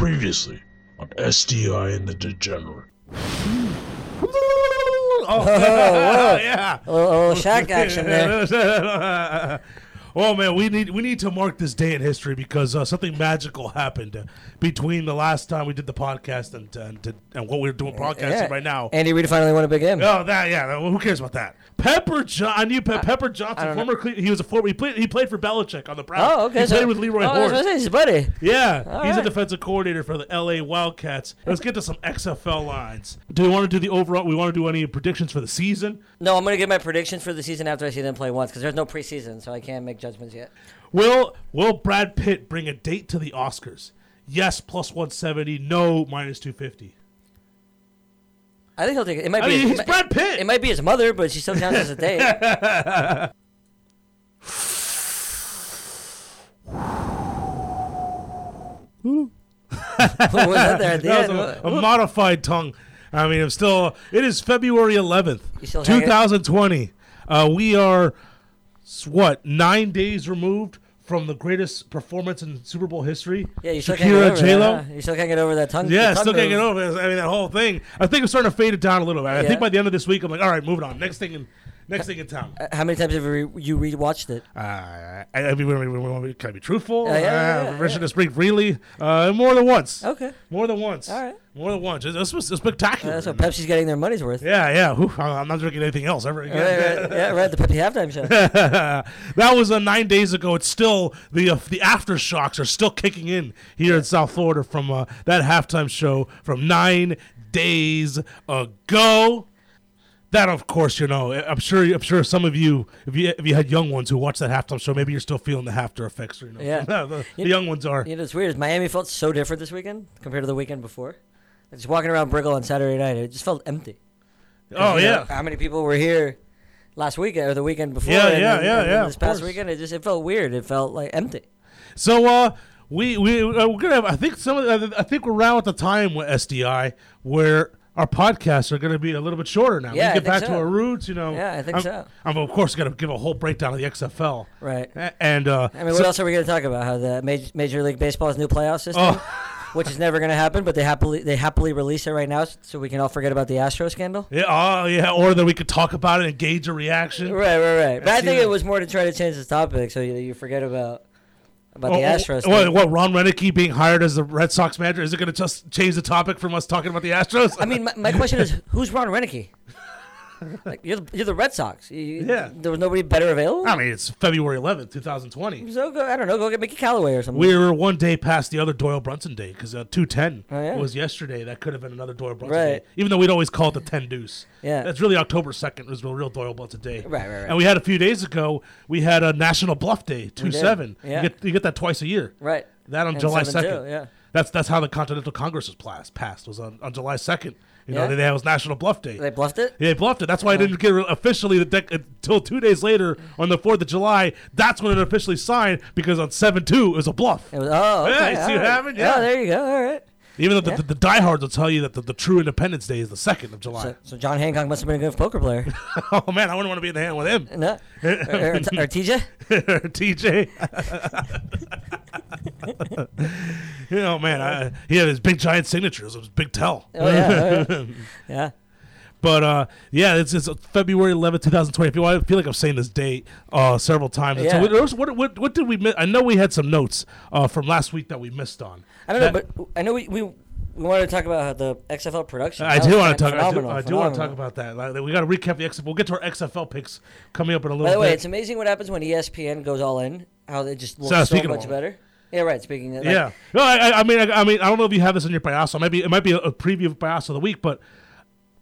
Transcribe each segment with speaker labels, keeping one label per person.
Speaker 1: previously on SDI and the Degenerate.
Speaker 2: Oh,
Speaker 3: whoa.
Speaker 2: yeah.
Speaker 3: A little, a little shock action there.
Speaker 2: oh man, we need we need to mark this day in history because uh, something magical happened uh, between the last time we did the podcast and and, to- and what we're doing podcasting
Speaker 3: Yeah.
Speaker 2: right now.
Speaker 3: Andy Reid finally won a big game.
Speaker 2: Oh, that yeah. that- Who cares about that? Pepper John. I knew Pe- Pepper Johnson,
Speaker 3: don't know.
Speaker 2: former. Cle- he was a former. He played. He played for Belichick on the Browns.
Speaker 3: Oh, okay.
Speaker 2: He
Speaker 3: so-
Speaker 2: played with Leroy
Speaker 3: oh, I was
Speaker 2: Hort.
Speaker 3: gonna say, he's a buddy.
Speaker 2: Yeah, he's a
Speaker 3: right.
Speaker 2: defensive coordinator for the LA Wildcats. Let's get to some XFL lines. Do we want to do the overall? We want to do any predictions for the season?
Speaker 3: No, I'm gonna get my predictions for the season after I see them play once because there's no preseason, so I can't make judgments yet.
Speaker 2: Will Will Brad Pitt bring a date to the Oscars? Yes, plus one seventy. No, minus two fifty.
Speaker 3: I think he'll take it. It might
Speaker 2: I
Speaker 3: be.
Speaker 2: mean,
Speaker 3: his,
Speaker 2: he's
Speaker 3: it,
Speaker 2: Brad Pitt.
Speaker 3: might be his mother, but she still counts as a date. what was that there at the
Speaker 2: That
Speaker 3: end?
Speaker 2: was a,
Speaker 3: What-
Speaker 2: a modified tongue. I mean, I'm still. It is February 11th,
Speaker 3: You still hang it?
Speaker 2: 2020. Uh, we are s- what nine days removed from the greatest performance in Super Bowl history.
Speaker 3: yeah, you still can't get
Speaker 2: Shakira
Speaker 3: over
Speaker 2: J
Speaker 3: that,
Speaker 2: Lo.
Speaker 3: huh? You still can't get over that tongue.
Speaker 2: Yeah,
Speaker 3: tongue
Speaker 2: still can't get
Speaker 3: move.
Speaker 2: over. it. I mean, that whole thing. I think I'm starting to fade it down a little bit. I
Speaker 3: Yeah.
Speaker 2: think by the end of this week, I'm like, all right, moving on. Next thing in, next thing in town.
Speaker 3: Uh, How many times have you, re- you rewatched it?
Speaker 2: Uh, I, I mean, we- we- we- we- can I be truthful?
Speaker 3: Yeah, yeah, yeah,
Speaker 2: uh,
Speaker 3: yeah,
Speaker 2: Richard is pretty really uh, more than once.
Speaker 3: Okay.
Speaker 2: More than once.
Speaker 3: All right.
Speaker 2: More than once. This was spectacular.
Speaker 3: That's what Pepsi's getting their money's worth.
Speaker 2: Yeah, yeah. Whew, I- I'm not drinking anything else ever again.
Speaker 3: Right, right, yeah, right. The Pepsi halftime show.
Speaker 2: that was uh, nine days ago. It's still the uh, the aftershocks are still kicking in here in South Florida from uh, that halftime show from nine days ago. That, of course, you know. I- I'm sure. I'm sure some of you, if you if you had young ones who watched that halftime show, maybe you're still feeling the after effects. You know,
Speaker 3: Yeah.
Speaker 2: the, the young ones are.
Speaker 3: You know, it's weird. is Miami felt so different this weekend compared to the weekend before. Like, Just walking around Brickell on Saturday night, it just felt empty.
Speaker 2: Oh
Speaker 3: You know,
Speaker 2: yeah.
Speaker 3: how many people were here last weekend or the weekend before?
Speaker 2: Yeah,
Speaker 3: and
Speaker 2: yeah,
Speaker 3: then-
Speaker 2: yeah,
Speaker 3: and then
Speaker 2: yeah,
Speaker 3: This
Speaker 2: of
Speaker 3: past
Speaker 2: course.
Speaker 3: weekend, it just it felt weird. It felt like empty.
Speaker 2: So uh, we we uh, we're gonna have. I think some. Of, I think we're around at the time with SDI where our podcasts are gonna be a little bit shorter now.
Speaker 3: Yeah, I
Speaker 2: we can get
Speaker 3: think
Speaker 2: back to
Speaker 3: so.
Speaker 2: our roots. You know.
Speaker 3: Yeah, I think
Speaker 2: I'm,
Speaker 3: so.
Speaker 2: I'm of course gonna give a whole breakdown of the XFL.
Speaker 3: Right.
Speaker 2: A- And uh,
Speaker 3: I mean, what
Speaker 2: so-
Speaker 3: else are we going to talk about? How the Major, Major League Baseball's new playoff system,
Speaker 2: Oh.
Speaker 3: which is never going to happen, but they happily they happily release it right now, s- so we can all forget about the Astro scandal.
Speaker 2: yeah, oh yeah, or that we could talk about it and gauge a reaction.
Speaker 3: Right, right, right. But I think
Speaker 2: Yeah.
Speaker 3: it was more to try to change the topic, so you, you forget about about
Speaker 2: Oh,
Speaker 3: the
Speaker 2: oh,
Speaker 3: Astros.
Speaker 2: What, what Ron Renicky being hired as the Red Sox manager is it going to just change the topic from us talking about the Astros?
Speaker 3: I mean, my, my question is, who's Ron Renicky? Like, you're, the, you're the Red Sox. You- you-
Speaker 2: Yeah. Um,
Speaker 3: There was nobody better available.
Speaker 2: I mean it's February 11th, 2020.
Speaker 3: so go, I don't know. Go get Mickey Callaway or something.
Speaker 2: We were one day past the other Doyle Brunson day because uh, two ten
Speaker 3: Oh, yeah.
Speaker 2: was yesterday. That could have been another Doyle Brunson
Speaker 3: Right.
Speaker 2: day, even though we'd always call it the ten deuce.
Speaker 3: Yeah.
Speaker 2: that's really October second was the real Doyle Brunson day.
Speaker 3: Right, right, right.
Speaker 2: And we had a few days ago. We had a National Bluff Day two seven.
Speaker 3: Yeah.
Speaker 2: you get, you get that twice a year.
Speaker 3: Right.
Speaker 2: That on
Speaker 3: And
Speaker 2: July
Speaker 3: 7 too,
Speaker 2: second.
Speaker 3: yeah.
Speaker 2: that's that's how the Continental Congress was passed. Passed was on, on July second. You know,
Speaker 3: Yeah.
Speaker 2: they, that was National Bluff Day.
Speaker 3: They bluffed it.
Speaker 2: Yeah, he bluffed it. That's why I didn't get it officially the dec- until two days later on the Fourth of July. That's when it officially signed because on seven two it was a bluff.
Speaker 3: It was, oh, okay,
Speaker 2: Yeah, you see
Speaker 3: all
Speaker 2: what
Speaker 3: right.
Speaker 2: happened? Yeah.
Speaker 3: Oh, there you go. All right.
Speaker 2: Even though the, the, the diehards will tell you that the, the true Independence Day is the second of July.
Speaker 3: So, so John Hancock must have been a good poker player.
Speaker 2: oh man, I wouldn't want to be in the hand with him,
Speaker 3: no. Or, or, or TJ.
Speaker 2: TJ. you know, man, I, he had his big giant signatures. It was big tell.
Speaker 3: Oh yeah. all right. yeah.
Speaker 2: But uh, yeah, it's, it's February eleventh, two 2020. I feel- I feel like I'm saying this date uh, several times. And So
Speaker 3: Yeah.
Speaker 2: what- there was- what, what, what did we miss? I know we had some notes uh, from last week that we missed on.
Speaker 3: I don't know,
Speaker 2: That-
Speaker 3: but I know we we, we wanted to talk about how the XFL production.
Speaker 2: I
Speaker 3: That
Speaker 2: do
Speaker 3: was
Speaker 2: want to talk. I do,
Speaker 3: phenomenal,
Speaker 2: I do want to talk
Speaker 3: phenomenal.
Speaker 2: about that. Like, we got to recap the XFL. We'll get to our XFL picks coming up in a little
Speaker 3: By the way,
Speaker 2: bit.
Speaker 3: it's amazing what happens when E ESPN goes all in. How it just looks
Speaker 2: So,
Speaker 3: so,
Speaker 2: speaking of
Speaker 3: much
Speaker 2: all-
Speaker 3: better. Yeah, right. Speaking of like,
Speaker 2: yeah. No, I, I- I mean, I, I mean, I don't know if you have this in your biaso. Maybe it might be a, a preview of biaso of the week, but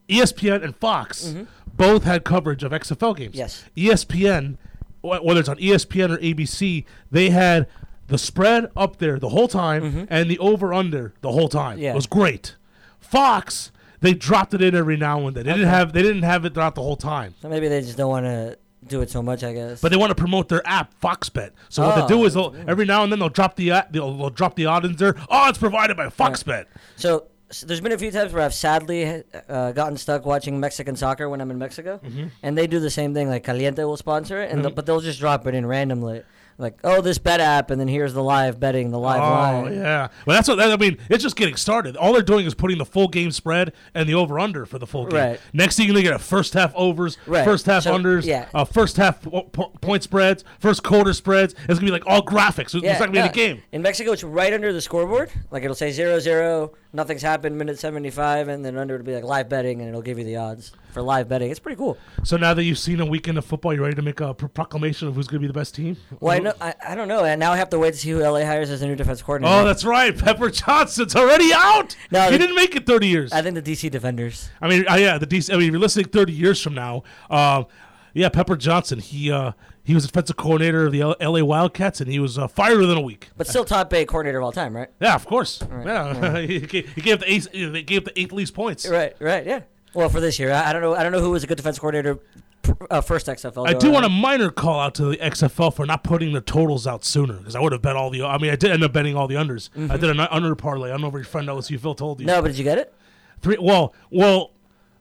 Speaker 2: E ESPN and Fox both had coverage of XFL games.
Speaker 3: Mm-hmm.
Speaker 2: E
Speaker 3: Yes.
Speaker 2: ESPN, wh- whether it's on E ESPN or ABC, they had the spread up there the whole time and the over under the whole time.
Speaker 3: Mm-hmm. Yeah.
Speaker 2: It was great. Fox, they dropped it in every now and then. They didn't have they didn't have it throughout the whole time.
Speaker 3: So maybe they just don't want to do it so much, I guess.
Speaker 2: But they want to promote their app, FoxBet. So what they
Speaker 3: Oh.
Speaker 2: do is they'll, every now and then they'll drop the a- they'll, they'll drop the odds in there. Oh, it's provided by FoxBet.
Speaker 3: so, so there's been a few times where I've sadly uh, gotten stuck watching Mexican soccer
Speaker 2: Mm-hmm.
Speaker 3: when I'm in Mexico, and they do the same thing. Like Caliente will sponsor it, and they'll- but they'll just drop it in randomly. like oh this bet app, and then here's the live betting, the live
Speaker 2: Oh
Speaker 3: line.
Speaker 2: yeah, well that's what that, I mean. It's just getting started. All they're doing is putting the full game spread and the over under for the full game.
Speaker 3: Right.
Speaker 2: Next thing you get a first half overs,
Speaker 3: Right.
Speaker 2: first half
Speaker 3: So,
Speaker 2: unders,
Speaker 3: yeah.
Speaker 2: uh, first half po- po- point spreads, first quarter spreads. It's gonna be like all graphics. It's not gonna be
Speaker 3: no,
Speaker 2: any game.
Speaker 3: In Mexico, it's right under the scoreboard. Like it'll say zero zero, nothing's happened, minute seventy five, and then under it'll be like live betting, and it'll give you the odds for live betting. It's pretty cool.
Speaker 2: So now that you've seen a weekend of football, you ready to make a pro- proclamation of who's gonna be the best team?
Speaker 3: Well, I, know, I, I don't know, and now I have to wait to see who LA hires as a new defense coordinator.
Speaker 2: Oh, that's right. Pepper Johnson's already out.
Speaker 3: No,
Speaker 2: he
Speaker 3: the-
Speaker 2: didn't make it 30 years.
Speaker 3: I think the DC Defenders.
Speaker 2: I mean, uh, yeah, the DC. I mean, if you're listening 30 years from now, um, yeah, Pepper Johnson. He uh, he was defensive coordinator of the L- L.A. Wildcats, and he was uh, fired within a week.
Speaker 3: But still top eight coordinator of all time, right?
Speaker 2: Yeah, of course. Yeah, he, gave, he gave the eighth, they gave the eighth least points.
Speaker 3: Right, right, yeah. Well, for this year, I, I don't know. I don't know who was a good defense coordinator pr- uh, first XFL.
Speaker 2: I
Speaker 3: go
Speaker 2: do want a
Speaker 3: around.
Speaker 2: minor call out to the XFL for not putting the totals out sooner because I would have bet all the. I mean, I did end up betting all the unders. I did an under parlay. I don't know if your friend LSU Phil told you.
Speaker 3: Mm-hmm. No, but did you get it?
Speaker 2: Three. Well, well,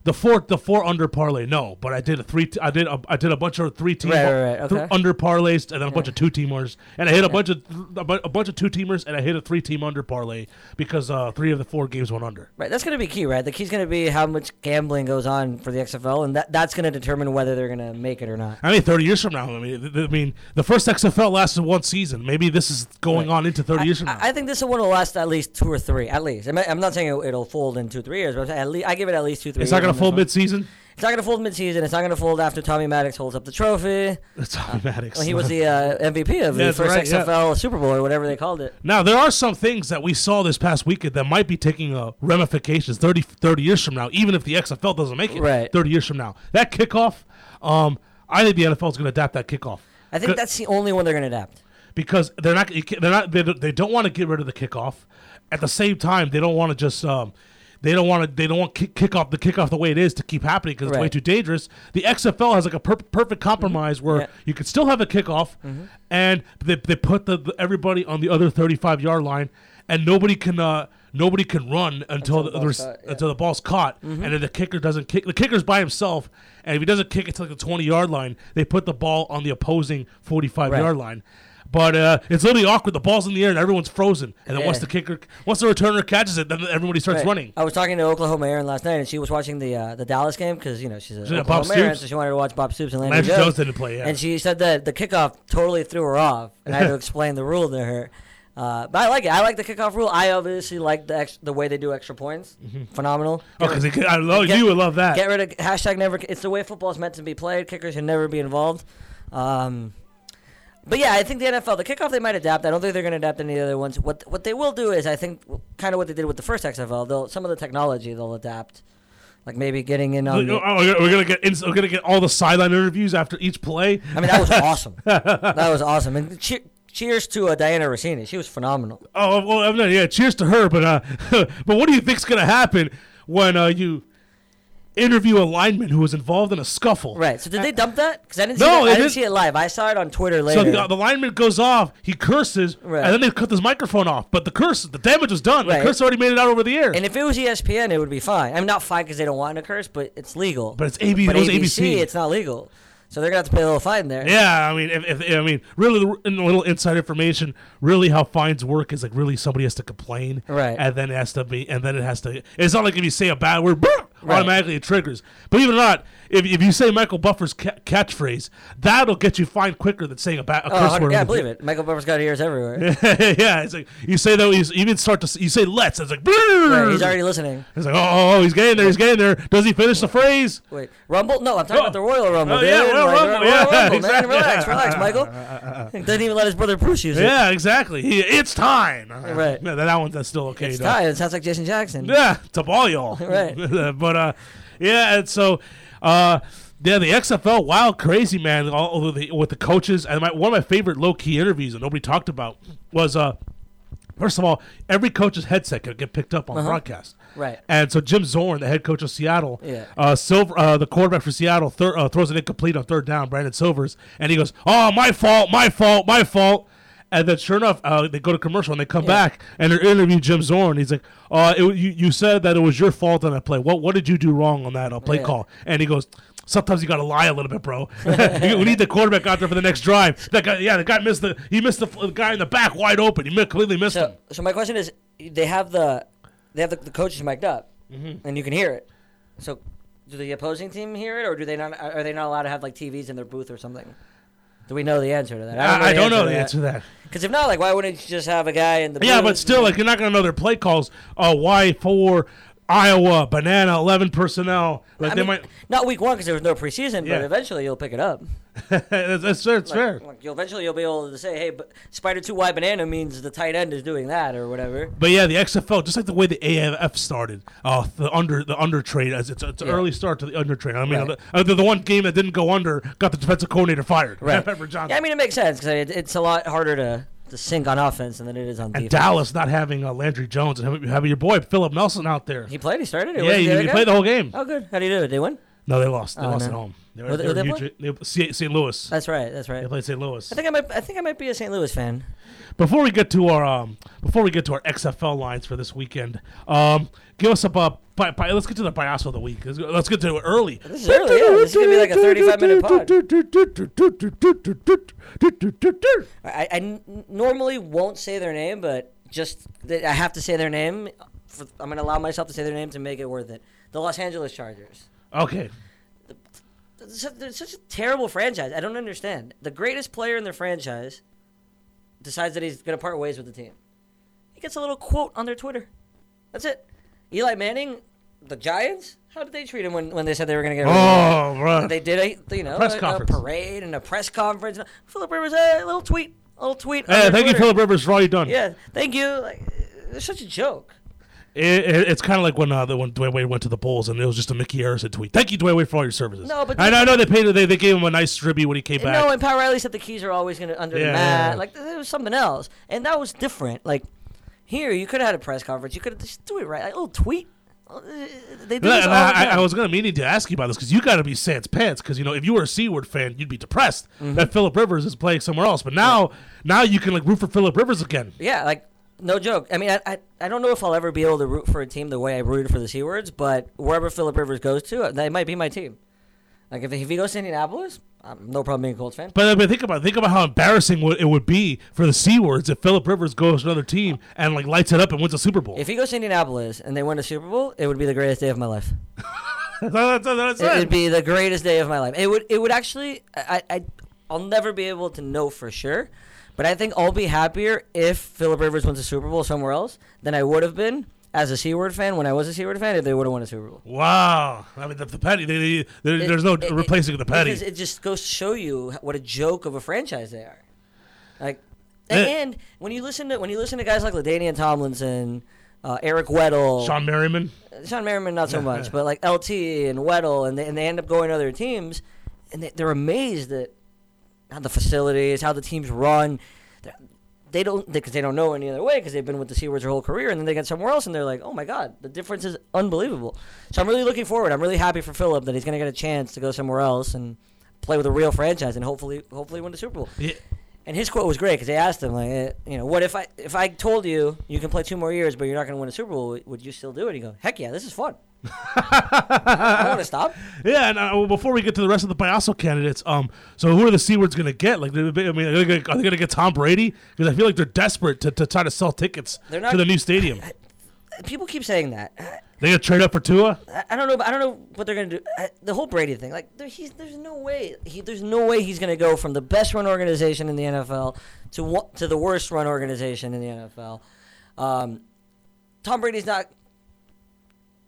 Speaker 2: the four, the four under parlay. No, but I did a three. I did a, I did a bunch of three team
Speaker 3: Right, right, right,
Speaker 2: th-
Speaker 3: okay.
Speaker 2: under parlays, and then a bunch of two teamers, and I hit a bunch of th- a bu- a bunch of two teamers, and I hit a three team under parlay because uh, three of the four games went under.
Speaker 3: Right, that's going to be key, right? The key's going to be how much gambling goes on for the XFL, and that, that's going to determine whether they're going to make it or not.
Speaker 2: I mean, thirty years from now. I mean, th- th- I mean, the first XFL lasted one season. Maybe this is going on into thirty years from now.
Speaker 3: I, I think this one will last at least two or three, at least. I'm, I'm not saying it, it'll fold in two, three years, but I'm saying at least, I give it at least two, three.
Speaker 2: it's not
Speaker 3: years
Speaker 2: going
Speaker 3: on
Speaker 2: to
Speaker 3: this
Speaker 2: fold
Speaker 3: one.
Speaker 2: mid season.
Speaker 3: It's not going to fold mid-season. It's not going to fold after Tommy Maddox holds up the trophy.
Speaker 2: It's automatic.
Speaker 3: Uh, Well, he was the uh, MVP of
Speaker 2: Yeah,
Speaker 3: the
Speaker 2: that's
Speaker 3: first
Speaker 2: right, yeah.
Speaker 3: XFL Super Bowl or whatever they called it.
Speaker 2: Now, there are some things that we saw this past weekend that might be taking uh, ramifications 30, 30 years from now, even if the XFL doesn't make it
Speaker 3: Right.
Speaker 2: 30 years from now. That kickoff, um, I think the NFL is going to adapt that kickoff.
Speaker 3: I think
Speaker 2: Good-
Speaker 3: that's the only one they're going to adapt.
Speaker 2: because they're not you can't- they're not they don't, they don't want to get rid of the kickoff. At the same time, they don't want to just um, they don't want to they don't want kick, kick off the kickoff the way it is to keep happening because it's way
Speaker 3: Right. Mm-hmm.
Speaker 2: too dangerous. The XFL has like a per- perfect compromise where
Speaker 3: Yeah. Mm-hmm.
Speaker 2: you can still have a kickoff, and they, they put the, the- everybody on the other thirty five yard line, and nobody can. Uh, Nobody can run until,
Speaker 3: the
Speaker 2: the,
Speaker 3: ball's
Speaker 2: the-
Speaker 3: caught, yeah.
Speaker 2: until the ball's caught,
Speaker 3: Mm-hmm.
Speaker 2: and then the kicker doesn't kick. The kicker's by himself, and if he doesn't kick it to like the twenty yard line, they put the ball on the opposing forty five
Speaker 3: Right.
Speaker 2: yard line. But uh, it's literally awkward. The ball's in the air and everyone's frozen. And then once
Speaker 3: Yeah.
Speaker 2: the kicker, once the returner catches it, then everybody starts
Speaker 3: Right. Oh,
Speaker 2: running.
Speaker 3: I was talking to Oklahoma Aaron last night, and she was watching the uh, the Dallas game because you know she's a
Speaker 2: Isn't it Bob
Speaker 3: Oklahoma Aaron,
Speaker 2: Stoops?
Speaker 3: so she wanted to watch Bob Stoops and Landry
Speaker 2: Landry
Speaker 3: Jones.
Speaker 2: Jones didn't play, yeah.
Speaker 3: And she said that the kickoff totally threw her off, and I had to explain the rule to her. Uh, but I like it. I like the kickoff rule. I obviously like the ex- the way they do extra points. Phenomenal.
Speaker 2: Oh, because I love
Speaker 3: Get-
Speaker 2: you would love that.
Speaker 3: Get rid of hashtag never. It's the way football is meant to be played. Kickers should never be involved. Um, but yeah, I think the NFL, the kickoff, they might adapt. I don't think they're going to adapt any other ones. What what they will do is, I think, kind of what they did with the first XFL. They'll some of the technology they'll adapt, like maybe getting in on.
Speaker 2: Oh,
Speaker 3: The,
Speaker 2: oh, we're gonna get ins- we're gonna get all the sideline interviews after each play.
Speaker 3: I mean, that was awesome. that was awesome. And cheer, cheers to uh, Diana Rossini. She was phenomenal.
Speaker 2: Oh well, I'm not, yeah. Cheers to her. But uh, but what do you think's gonna happen when uh, you interview a lineman who was involved in a scuffle?
Speaker 3: Right. So did they dump that? Because I didn't see.
Speaker 2: No,
Speaker 3: that-
Speaker 2: they
Speaker 3: I didn't
Speaker 2: didn't.
Speaker 3: see it live. I saw it on Twitter
Speaker 2: So
Speaker 3: later.
Speaker 2: the, the lineman goes off, he curses,
Speaker 3: Right.
Speaker 2: and then they cut his microphone off. But the curse, the damage was done.
Speaker 3: Right.
Speaker 2: The curse already made it out over the air.
Speaker 3: And if it was E ESPN, it would be fine. I'm not fine because they don't want to curse, but it's legal.
Speaker 2: But it's AB
Speaker 3: But
Speaker 2: it was
Speaker 3: ABC,
Speaker 2: ABC.
Speaker 3: it's not legal. So they're gonna have to pay a little fine there.
Speaker 2: Yeah, I mean, if, if I mean, really, the- and a little inside information. Really, how fines work is like really somebody has to complain,
Speaker 3: Right.
Speaker 2: And then it has to be, and then it has to. It's not like if you say a bad word, brrr,
Speaker 3: Right.
Speaker 2: automatically it triggers. Believe it or not, if, if you say Michael Buffer's ca- catchphrase, that'll get you fined quicker than saying a bad a
Speaker 3: Oh,
Speaker 2: curse
Speaker 3: hundred-
Speaker 2: word.
Speaker 3: yeah, I believe it. Michael Buffer's got ears everywhere.
Speaker 2: yeah, it's like you say that. You s- even start to s- you say let's. It's like brrr.
Speaker 3: Right, he's already listening.
Speaker 2: It's like oh, oh, oh, he's getting there. He's getting there. Does he finish the phrase?
Speaker 3: Wait, Rumble? No, I'm talking about the Royal Rumble.
Speaker 2: Oh,
Speaker 3: dude.
Speaker 2: yeah, Royal
Speaker 3: Like,
Speaker 2: Rumble,
Speaker 3: Royal
Speaker 2: yeah,
Speaker 3: Rumble, man.
Speaker 2: exactly.
Speaker 3: Relax, relax, Michael. He doesn't even let his brother Bruce use it.
Speaker 2: Yeah, exactly. He, it's time.
Speaker 3: Right.
Speaker 2: Yeah, that one's that's still okay.
Speaker 3: It's
Speaker 2: though.
Speaker 3: tied. It sounds like Jason Jackson.
Speaker 2: Yeah, to ball y'all.
Speaker 3: Right.
Speaker 2: but uh, yeah, and so uh, yeah, the XFL, wow, crazy man, all all of the, with the coaches. And my, one of my favorite low key interviews that nobody talked about was uh. First of all, every coach's headset could get picked up on broadcast.
Speaker 3: Uh-huh. Right.
Speaker 2: And so Jim Zorn, the head coach of Seattle,
Speaker 3: Yeah.
Speaker 2: uh, Silver, uh, the quarterback for Seattle, thir- uh, throws an incomplete on third down, Brandon Silvers, and he goes, "Oh, my fault, my fault, my fault." And then, sure enough, uh, they go to commercial and they come back and they're interviewing Jim Zorn. He's like, "Uh, it, you, you said that it was your fault on that play. What what did you do wrong on that uh, play
Speaker 3: Yeah.
Speaker 2: call?" And he goes, Sometimes you gotta lie a little bit, bro. we we need the quarterback out there for the next drive. That guy, yeah, the guy missed the he missed the, the guy in the back wide open. He mi- completely missed him.
Speaker 3: So, so my question is, they have the, they have the, the coaches mic'd up,
Speaker 2: Mm-hmm.
Speaker 3: and you can hear it. So, do the opposing team hear it, or do they not? Are are they not allowed to have like TVs in their booth or something? Do we know the answer to that?
Speaker 2: I, I don't know the answer to that.
Speaker 3: Because if not, like, why wouldn't you just have a guy in the?
Speaker 2: Yeah,
Speaker 3: booth
Speaker 2: but still, like you're not gonna know their play calls. Uh, why for Iowa banana eleven personnel? Like
Speaker 3: I
Speaker 2: they
Speaker 3: mean,
Speaker 2: might.
Speaker 3: not week one because there was no preseason,
Speaker 2: Yeah.
Speaker 3: but eventually you'll pick it up.
Speaker 2: that's, that's fair. It's fair.
Speaker 3: Like, you'll eventually you'll be able to say, hey, but Spider Two Y Banana means the tight end is doing that or whatever.
Speaker 2: But yeah, the XFL, just like the way the AFF started, uh, the under the under trade, it's, it's, it's an
Speaker 3: Yeah.
Speaker 2: early start to the under trade. I mean,
Speaker 3: Right.
Speaker 2: uh, the, the one game that didn't go under got the defensive coordinator fired.
Speaker 3: Right.
Speaker 2: Pepper Johnson.
Speaker 3: Yeah, I mean it makes sense because it, it's a lot harder to, to sink on offense than it is on
Speaker 2: and
Speaker 3: defense.
Speaker 2: Dallas not having uh, Landry Jones and having, having your boy Philip Nelson out there.
Speaker 3: He played. He started. It
Speaker 2: yeah,
Speaker 3: wasn't
Speaker 2: he,
Speaker 3: the other
Speaker 2: he
Speaker 3: guy?
Speaker 2: played the whole game.
Speaker 3: Oh, good. How do you do? Did they win?
Speaker 2: No, they lost. They
Speaker 3: Oh,
Speaker 2: lost
Speaker 3: no.
Speaker 2: at home. They
Speaker 3: Who-
Speaker 2: were, they
Speaker 3: who
Speaker 2: were
Speaker 3: they Uh,
Speaker 2: huge.
Speaker 3: play?
Speaker 2: They were St. St. Louis.
Speaker 3: That's right. That's right.
Speaker 2: They played St. Louis.
Speaker 3: I think I might. I think I might be a St. Louis fan.
Speaker 2: Before we get to our um, before we get to our XFL lines for this weekend, um, give us a bu- bi- bi- let's get to the bias of the week. Let's, go- let's get to it early.
Speaker 3: This is early, yeah. This is gonna be like a 35 minute
Speaker 2: pod.
Speaker 3: I, I n- normally won't say their name, but just that I have to say their name. For, I'm gonna allow myself to say their name to make it worth it. The Los Angeles Chargers.
Speaker 2: Okay,
Speaker 3: It's su- They're such a terrible franchise. I don't understand. The greatest player in their franchise decides that he's going to part ways with the team. He gets a little quote on their Twitter. That's it. Eli Manning, the Giants. How did they treat him when, when they said they were going to get? rid of him?
Speaker 2: Oh, right.
Speaker 3: they did a you know
Speaker 2: Press
Speaker 3: a, a
Speaker 2: conference.
Speaker 3: parade and a press conference. Philip Rivers, uh, a little tweet, a little tweet. on
Speaker 2: Hey,
Speaker 3: their
Speaker 2: thank you,
Speaker 3: Twitter.
Speaker 2: Philip Rivers, for all you've done.
Speaker 3: Yeah, thank you. Like, it's such a joke.
Speaker 2: It, it- it's kind of like when uh, the, when Dwayne Wade went to the Bulls, and it was just a Mickey Harrison tweet. Thank you, Dwayne Wade, for all your services.
Speaker 3: No, but-
Speaker 2: I know, I know they paid. They, they gave him a nice tribute when he came back.
Speaker 3: No, and Pat Riley said the keys are always going to under
Speaker 2: Yeah.
Speaker 3: the mat. Like there was something else, and that was different. Like here, you could have had a press conference. You could have just do it right, like a little tweet. Uh, They do
Speaker 2: And I,
Speaker 3: this
Speaker 2: and
Speaker 3: all the
Speaker 2: I- I
Speaker 3: time.
Speaker 2: was gonna meaning to ask you about this because you gotta be sans pants because you know if you were a Seaward fan you'd be depressed
Speaker 3: Mm-hmm.
Speaker 2: that Philip Rivers is playing somewhere else but now now you can like root for Philip Rivers again
Speaker 3: yeah, like no joke. I mean, I, I I don't know if I'll ever be able to root for a team the way I rooted for the Seawards, but wherever Philip Rivers goes to, uh, that might be my team. Like if, if he goes to Indianapolis, I'm no problem being a Colts fan.
Speaker 2: but, uh, but think about think about how embarrassing would, it would be for the Seawards if Philip Rivers goes to another team and like lights it up and wins a Super Bowl
Speaker 3: If he goes to Indianapolis and they win a Super Bowl, it would be the greatest day of my life.
Speaker 2: that's, that's, that's
Speaker 3: It,
Speaker 2: it.
Speaker 3: would be the greatest day of my life. It would. It would actually. I, I. I'll never be able to know for sure, but I think I'll be happier if Philip Rivers wins a Super Bowl somewhere else than I would have been as a Seaward fan when I was a Seaward fan if they would have won a Super Bowl.
Speaker 2: wow I mean the, the petty they, they, there-
Speaker 3: It-
Speaker 2: there's no
Speaker 3: it- it-
Speaker 2: replacing the petty
Speaker 3: Because it just goes to show you what a joke of a franchise they are. Like, and,
Speaker 2: Yeah.
Speaker 3: and when you listen to when you listen to guys like Ladainian Tomlinson, uh, Eric Weddle,
Speaker 2: Sean Merriman
Speaker 3: Sean Merriman not so much, but like LT and Weddle, and they, and they end up going to other teams, and they, they're amazed at how the facilities, how the teams run. They're- They don't because they, don't know any other way because they've been with the Seawards their whole career, and then they get somewhere else, and they're like, oh my god, the difference is unbelievable. So I'm really looking forward. I'm really happy for Philip that he's going to get a chance to go somewhere else and play with a real franchise, and hopefully, hopefully win the Super Bowl.
Speaker 2: Yeah.
Speaker 3: And his quote was great because they asked him, like, eh, you know, what if I if I told you you can play two more years, but you're not going to win a Super Bowl, would you still do it? He go, heck yeah, this is fun. I don't want to stop.
Speaker 2: Yeah, and uh, well, before we get to the rest of the Biaso candidates, um, so who are the Seawards going to get? Like, they're- I mean, are they going to get Tom Brady? Because I feel like they're desperate to, to try to sell tickets
Speaker 3: They're not-
Speaker 2: to the new stadium.
Speaker 3: People keep saying that.
Speaker 2: they going to trade up for Tua?
Speaker 3: I, I don't know. I don't know what they're going to do. I, the whole Brady thing, like, there, he's there's no way. He, there's no way he's going to go from the best run organization in the NFL to wa- to the worst run organization in the NFL. Um, Tom Brady's not.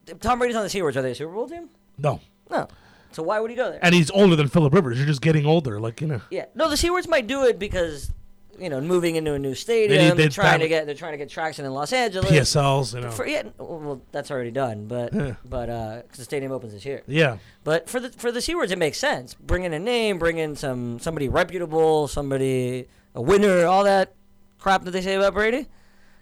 Speaker 3: if Tom Brady's on the Seahawks. Are they a Super Bowl team?
Speaker 2: No,
Speaker 3: No. So why would he go there?
Speaker 2: and he's older than Philip Rivers. You're just getting older, like you know.
Speaker 3: Yeah, no, the Seawards might do it because you know moving into a new stadium,
Speaker 2: they-
Speaker 3: they, are trying
Speaker 2: that-
Speaker 3: to get they're trying to get traction in Los Angeles.
Speaker 2: PSLs, you know.
Speaker 3: For, yeah, well, that's already done, but but uh, 'cause the stadium opens this year.
Speaker 2: yeah,
Speaker 3: But for the for the Seawards, it makes sense. Bring in a name, bring in some somebody reputable, somebody a winner, all that crap that they say about Brady.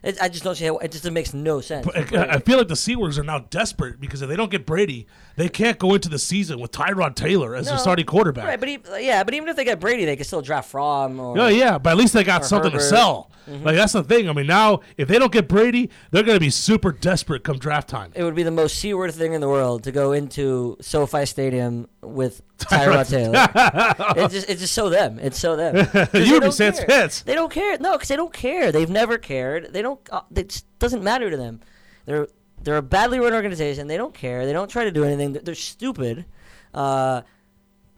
Speaker 3: It, I just don't see how it just it makes no sense.
Speaker 2: But uh, I I feel like the Seawards are now desperate because if they don't get Brady, they can't go into the season with Tyrod Taylor as their
Speaker 3: No.
Speaker 2: starting quarterback.
Speaker 3: Right, but e yeah, but even if they get Brady, they could still draft Fromm. Or,
Speaker 2: Oh yeah, but at least they got
Speaker 3: Or
Speaker 2: something to
Speaker 3: Herbert. Mm-hmm.
Speaker 2: sell. Like that's the thing. I mean, now if they don't get Brady, they're going to be super desperate come draft time.
Speaker 3: It would be the most seaward thing in the world to go into SoFi Stadium with Tyrod Taylor. it's just it's just so them. It's so them. 'Cause they
Speaker 2: You would be
Speaker 3: don't
Speaker 2: sans
Speaker 3: care.
Speaker 2: pants.
Speaker 3: They don't care. No, because they don't care. They've never cared. They don't. Uh, it just doesn't matter to them. They're they're a badly run organization. They don't care. They don't try to do anything. They're, they're stupid. Uh,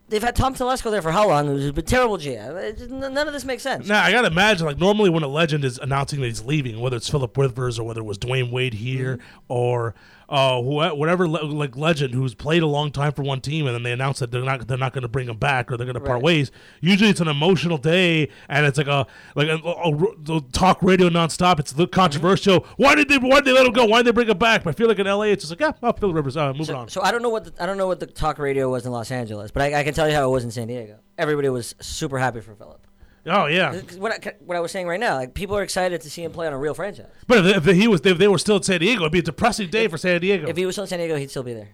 Speaker 3: they've had Tom Telesco there for how long? Who's a terrible GM. It just- n- none of this makes sense.
Speaker 2: Now I gotta imagine, like normally when a legend is announcing that he's leaving, whether it's Philip Rivers or whether it was Dwayne Wade here
Speaker 3: Mm-hmm.
Speaker 2: or uh, wh- whatever le- like legend who's played a long time for one team, and then they announce that they're not they're not going to bring him back or they're going to part
Speaker 3: Right.
Speaker 2: ways. Usually it's an emotional day, and it's like a like a, a- a r- the talk radio nonstop. It's the controversial.
Speaker 3: Mm-hmm.
Speaker 2: Why did they Why did they let him go? Why did they bring him back? But I feel like in LA, it's just like yeah, oh, Philip Rivers, uh, moving
Speaker 3: So,
Speaker 2: on.
Speaker 3: so I don't know what the, I don't know what the talk radio was in Los Angeles, but I, I can tell you how it was in San Diego. Everybody was super happy for Philip.
Speaker 2: oh yeah,
Speaker 3: 'Cause What I, what I was saying right now, like people are excited to see him play on a real franchise.
Speaker 2: but if, if he was if they were still in San Diego, it'd be a depressing day for San Diego.
Speaker 3: If he was still in San Diego, he'd still be there.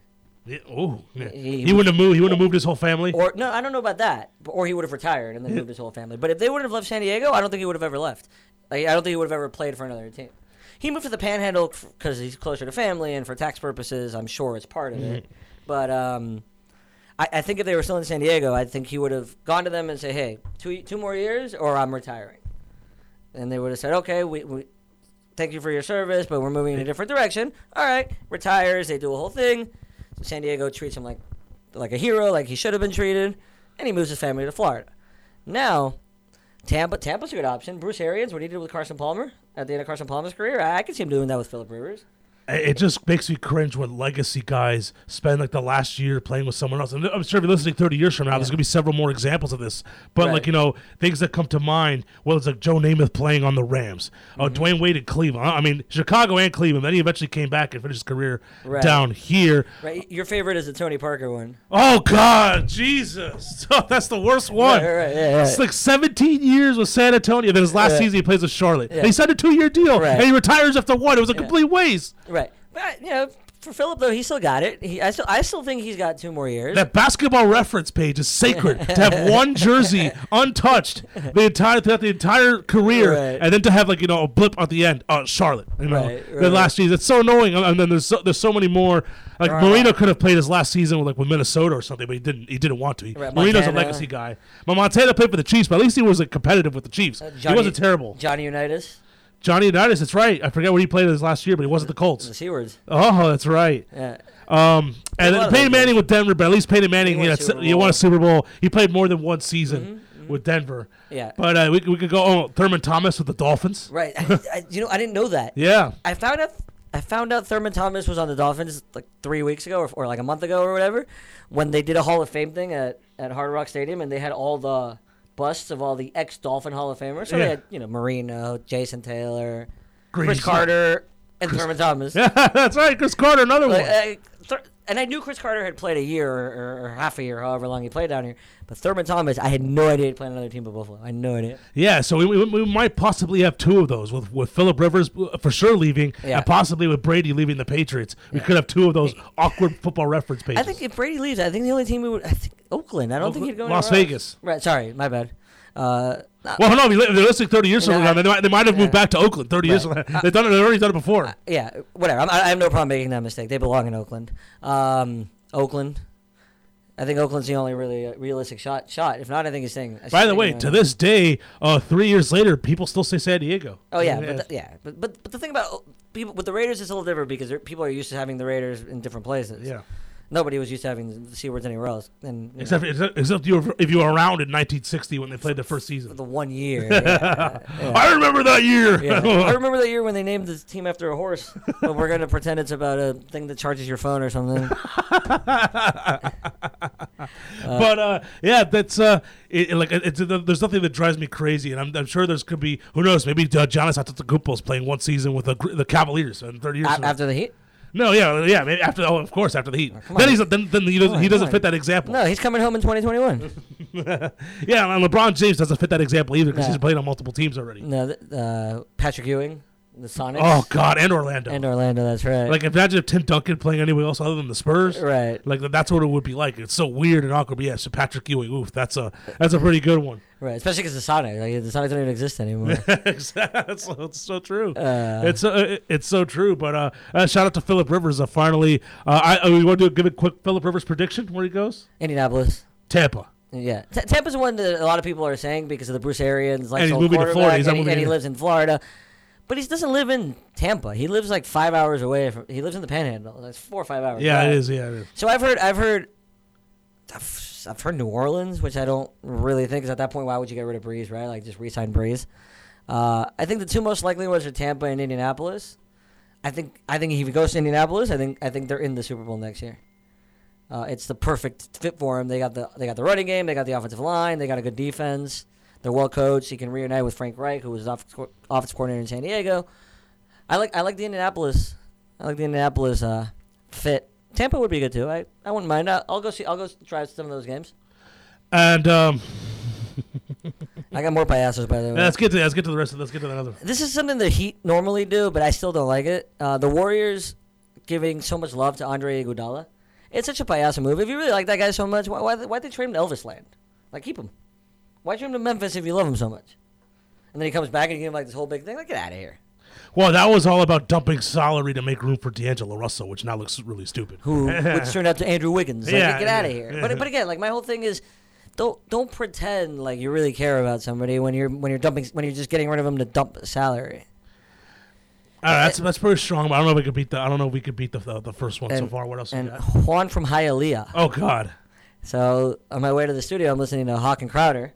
Speaker 2: Yeah, oh, yeah.
Speaker 3: He-
Speaker 2: He, wouldn't have moved. He wouldn't have moved his whole family.
Speaker 3: Or no, I don't know about that. But- Or he would have retired and then moved his whole family. But if they would have left San Diego, I don't think he would have ever left. Like, I don't think he would have ever played for another team. He moved to the Panhandle because he's closer to family and for tax purposes. I'm sure it's part of it. But um, I, I think if they were still in San Diego, I think he would have gone to them and say, "Hey, two two more years, or I'm retiring." And they would have said, "Okay, we." we Thank you for your service, but we're moving in a different direction. All right, retires. They do a whole thing. San Diego treats him like like a hero, like he should have been treated, and he moves his family to Florida. Now, Tampa Tampa's a good option. Bruce Arians, what he did with Carson Palmer at the end of Carson Palmer's career, I, I could see him doing that with Philip Rivers.
Speaker 2: I- It just makes me cringe when legacy guys spend like the last year playing with someone else. And I'm sure if you're listening 30 years from now, there's gonna be several more examples of this. But
Speaker 3: Right.
Speaker 2: like you know, things that come to mind. Well, it's like Joe Namath playing on the Rams. Oh,
Speaker 3: Mm-hmm.
Speaker 2: Dwayne Wade in Cleveland. I I mean, Chicago and Cleveland. Then he eventually came back and finished his career
Speaker 3: Right.
Speaker 2: down here.
Speaker 3: Right? Your favorite is the Tony Parker one.
Speaker 2: Oh God, Jesus, that's the worst one.
Speaker 3: Right, right, right, yeah,
Speaker 2: It's like 17 years with San Antonio. Then his last
Speaker 3: Yeah.
Speaker 2: season he plays with Charlotte. They signed a two-year deal,
Speaker 3: Right.
Speaker 2: and he retires after one. It was a complete waste.
Speaker 3: Right. But you know, for Philip though, he still got it. He, I still I still think he's got two more years.
Speaker 2: That basketball reference page is sacred. to have one jersey untouched the entire throughout the entire career,
Speaker 3: Right.
Speaker 2: and then to have like you know a blip at the end, uh, Charlotte. You know,
Speaker 3: Right,
Speaker 2: the
Speaker 3: right.
Speaker 2: last season. It's so annoying. And then there's so, there's so many more. Like
Speaker 3: Right.
Speaker 2: Marino could have played his last season with like with Minnesota or something, but he didn't. He didn't want to. He,
Speaker 3: Right,
Speaker 2: Marino's a
Speaker 3: Montana.
Speaker 2: legacy guy. But Montana played for the Chiefs, but at least he was like, competitive with the Chiefs. he
Speaker 3: Johnny-
Speaker 2: wasn't terrible.
Speaker 3: Johnny Unitas,
Speaker 2: Johnny Unitas, that's right. I forget where he played his last year, but he wasn't the
Speaker 3: the
Speaker 2: Colts.
Speaker 3: C words.
Speaker 2: Oh, that's right.
Speaker 3: Yeah.
Speaker 2: Um, and
Speaker 3: a lot
Speaker 2: then
Speaker 3: of
Speaker 2: Peyton
Speaker 3: those
Speaker 2: Manning with Denver, but at least Peyton Manning,
Speaker 3: won
Speaker 2: you, know,
Speaker 3: a Super
Speaker 2: you
Speaker 3: Bowl. Mm-hmm,
Speaker 2: won a Super Bowl. He played more than one season with Denver.
Speaker 3: Yeah.
Speaker 2: But uh, we, could- we could go, oh, Thurman Thomas with the Dolphins.
Speaker 3: Right. I, I, you know, I didn't know that.
Speaker 2: Yeah.
Speaker 3: I found out I found out Thurman Thomas was on the Dolphins like three weeks ago or, or like a month ago or whatever when they did a Hall of Fame thing at, at Hard Rock Stadium and they had all the busts of all the ex Dolphin Hall of Famers. So
Speaker 2: Yeah.
Speaker 3: they had, you know, Marino, Jason Taylor,
Speaker 2: Greasy.
Speaker 3: Chris Carter, and Thurman Thomas.
Speaker 2: Yeah, that's right. Chris Carter, another
Speaker 3: Like, uh,
Speaker 2: one.
Speaker 3: I- Thur- and I knew Chris Carter had played a year or, or, or half a year, however long he played down here. But Thurman Thomas, I had no idea he'd play on another team but Buffalo. I had no idea.
Speaker 2: Yeah, so we, we, we might possibly have two of those with, with Philip Rivers uh, for sure leaving,
Speaker 3: Yeah.
Speaker 2: and possibly with Brady leaving the Patriots. We could have two of those awkward football reference pages.
Speaker 3: I think if Brady leaves, I think the only team we would, I think Oakland. I don't think
Speaker 2: Oakland-
Speaker 3: he'd go
Speaker 2: Las
Speaker 3: anywhere
Speaker 2: Vegas.
Speaker 3: else. Right. Sorry, my bad. Uh, uh,
Speaker 2: well, no, if you- if they're listening 30 years
Speaker 3: You know,
Speaker 2: from now, they
Speaker 3: I-
Speaker 2: might, they might have moved back to Oakland 30 years from
Speaker 3: Right. Uh,
Speaker 2: now. They've, done it, they've already done it before.
Speaker 3: yeah, whatever. I'm, I I have no problem making that mistake. They belong in Oakland. Um, Oakland. I think Oakland's the only really uh, realistic shot. Shot. If not, I think he's staying.
Speaker 2: By the way, to this day, uh, three years later, people still say San Diego.
Speaker 3: Oh yeah,
Speaker 2: Yeah.
Speaker 3: but the, yeah, but, but but the thing about O- people with the Raiders is a little different because they're- people are used to having the Raiders in different places.
Speaker 2: Yeah.
Speaker 3: Nobody was used to having the Seawards anywhere else. And you know,
Speaker 2: Except, except, except you were, if you were around in 1960 when they played their first
Speaker 3: for
Speaker 2: season.
Speaker 3: the one year. yeah.
Speaker 2: I remember that year.
Speaker 3: Yeah. I remember that year when they named this team after a horse, but we're gonna pretend it's about a thing that charges your phone or something.
Speaker 2: but uh, yeah, that's uh, it, it- like it- it's, there's nothing that drives me crazy, and I'm, I'm sure there's could be who knows maybe uh, Giannis Antetokounmpo is playing one season with the, Gr- the Cavaliers in 30 years.
Speaker 3: A-
Speaker 2: from now.
Speaker 3: after the Heat?
Speaker 2: no, yeah, yeah, maybe after oh, of course after the Heat.
Speaker 3: come
Speaker 2: then
Speaker 3: on.
Speaker 2: he's then, then he doesn't
Speaker 3: on,
Speaker 2: he doesn't
Speaker 3: come on.
Speaker 2: fit that example.
Speaker 3: No, he's coming home in 2021.
Speaker 2: Yeah, and LeBron James doesn't fit that example either because
Speaker 3: No. Mm.
Speaker 2: he's played on multiple teams already.
Speaker 3: no, th- uh, Patrick Ewing. the Sonics
Speaker 2: Oh God, and Orlando.
Speaker 3: and Orlando. That's right.
Speaker 2: like imagine if Tim Duncan playing anywhere else other than the Spurs.
Speaker 3: right,
Speaker 2: Like that's what it would be like. It's so weird and awkward. But yeah, so Patrick Ewing. Oof, that's a that's a pretty good one.
Speaker 3: right. Especially because the Sonics, like the Sonics don't even exist anymore.
Speaker 2: that's, so, it's so true.
Speaker 3: Uh,
Speaker 2: it's so it- it's so true. But uh, uh, shout out to Philip Rivers. Uh, finally, uh, I uh, we want to give a quick Philip Rivers prediction where he goes.
Speaker 3: Indianapolis.
Speaker 2: Tampa.
Speaker 3: Yeah, T- Tampa's one that a lot of people are saying because of the Bruce Arians, like
Speaker 2: And he's
Speaker 3: sole
Speaker 2: moving to Florida.
Speaker 3: quarterback,
Speaker 2: He's not
Speaker 3: and, he,
Speaker 2: moving
Speaker 3: and he
Speaker 2: anywhere.
Speaker 3: lives in Florida, but he doesn't live in Tampa. He lives like five hours away. From, he lives in the Panhandle. That's four or five hours.
Speaker 2: Yeah,
Speaker 3: drive.
Speaker 2: it is. Yeah, it is.
Speaker 3: So I've heard, I've heard, I've, I've heard New Orleans, which I don't really think is at that point. Why would you get rid of Breeze, right? Like just re-sign Breeze. Uh, I think the two most likely ones are Tampa and Indianapolis. I think I think if he goes to Indianapolis, I think I think they're in the Super Bowl next year. Uh, it's the perfect fit for him. They got the they got the running game, they got the offensive line, they got a good defense. They're well coached. He can reunite with Frank Reich, who was his off- offensive coordinator in San Diego. I like I like the Indianapolis. I like the Indianapolis uh, fit. Tampa would be good too. I, I wouldn't mind. I'll, I'll go see. I'll go s- try some of those games.
Speaker 2: And um,
Speaker 3: I got more payasos by the way.
Speaker 2: let's get to let's get to the rest of let's get to another.
Speaker 3: this is something the Heat normally do, but I still don't like it. Uh, the Warriors giving so much love to Andre Iguodala. It's such a payaso move. If you really like that guy so much, why why why'd they trade him to Elvis Land? Like keep him. Why trade him to Memphis if you love him so much? And then he comes back and you give him like this whole big thing. Like get out of here.
Speaker 2: Well, that was all about dumping salary to make room for D'Angelo Russell, which now looks really stupid.
Speaker 3: who which turned out to Andrew Wiggins. Like,
Speaker 2: Yeah,
Speaker 3: get out of
Speaker 2: yeah,
Speaker 3: here.
Speaker 2: yeah.
Speaker 3: But but again, like my whole thing is, don't don't pretend like you really care about somebody when you're when you're dumping when you're just getting rid of them to dump a salary.
Speaker 2: All right, Uh, that's that's pretty strong. But I don't know if we could beat the. I don't know if we could beat the the, the first one so
Speaker 3: And-
Speaker 2: far. What else? we
Speaker 3: And
Speaker 2: got?
Speaker 3: Juan from Hialeah.
Speaker 2: Oh God.
Speaker 3: So on my way to the studio, I'm listening to Hawk and Crowder.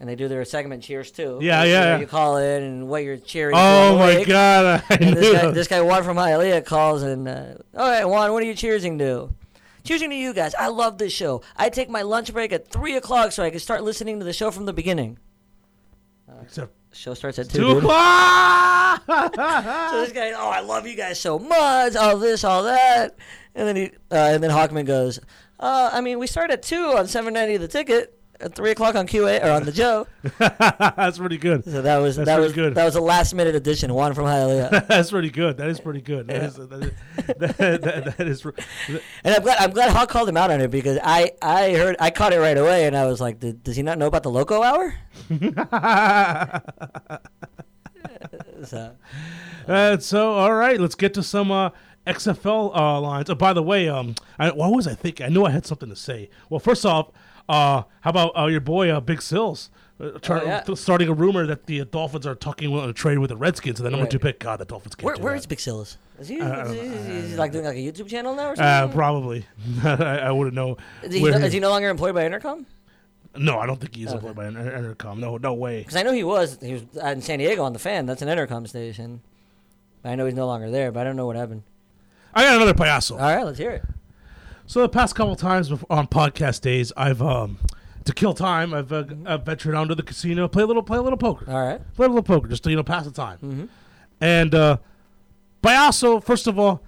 Speaker 3: And they do their segment cheers too.
Speaker 2: Mm-hmm. Yeah,
Speaker 3: You
Speaker 2: yeah,
Speaker 3: know,
Speaker 2: yeah.
Speaker 3: You call in and what you're cheering.
Speaker 2: Oh
Speaker 3: for
Speaker 2: my
Speaker 3: Wig.
Speaker 2: God. I knew
Speaker 3: And this guy,
Speaker 2: that.
Speaker 3: this guy Juan from Hialeah calls and, uh, all right, Juan, what are you cheersing to? Cheersing to you guys. I love this show. I take my lunch break at three o'clock so I can start listening to the show from the beginning.
Speaker 2: Except
Speaker 3: Show starts at two.
Speaker 2: two
Speaker 3: dude.
Speaker 2: o'clock.
Speaker 3: So this guy, oh, I love you guys so much. All this, all that, and then he, uh, and then Hawkman goes, uh, I mean, we start at two on seven ninety the ticket, at three o'clock on QA or on the Joe.
Speaker 2: that's pretty good.
Speaker 3: So that was
Speaker 2: That's
Speaker 3: that
Speaker 2: pretty
Speaker 3: was
Speaker 2: good.
Speaker 3: that was a last minute addition. One from Hialeah,
Speaker 2: That's pretty good. That is pretty good. That is that is that, that, that is.
Speaker 3: and I'm glad I'm glad Hawk called him out on it because I I heard I caught it right away and I was like, "Did- does he not know about the Loco Hour? So
Speaker 2: Uh, so all right, let's get to some uh, XFL uh, lines. Oh, by the way, um, I, what was I thinking? I knew I had something to say. Well, first off, uh, how about uh, your boy uh, Big Sills? Uh, try,
Speaker 3: Oh, yeah.
Speaker 2: th- starting a rumor that the uh, Dolphins are talking a trade with the Redskins, and the number
Speaker 3: Right.
Speaker 2: two pick. God, the Dolphins can't
Speaker 3: where
Speaker 2: do
Speaker 3: where
Speaker 2: that.
Speaker 3: is Big Silas? Is he,
Speaker 2: I don't-
Speaker 3: is, he, is he like doing like a YouTube channel now or
Speaker 2: Uh,
Speaker 3: something?
Speaker 2: probably. I, I wouldn't know.
Speaker 3: is, he,
Speaker 2: where
Speaker 3: no-
Speaker 2: he-
Speaker 3: is he no longer employed by Intercom?
Speaker 2: no, I don't think he's employed by Inter- Intercom. No, no way.
Speaker 3: Because I know he was. He was out in San Diego on the fan. That's an intercom station. I know he's no longer there, but I don't know what happened.
Speaker 2: I got another payaso.
Speaker 3: All right, let's hear it.
Speaker 2: So the past couple times bef- on podcast days, I've um to kill time, I've, uh,
Speaker 3: Mm-hmm.
Speaker 2: I've ventured down to the casino, play a little, play a little poker,
Speaker 3: All right.
Speaker 2: play a little poker, just to you know pass the time. And uh, but I also, first of all,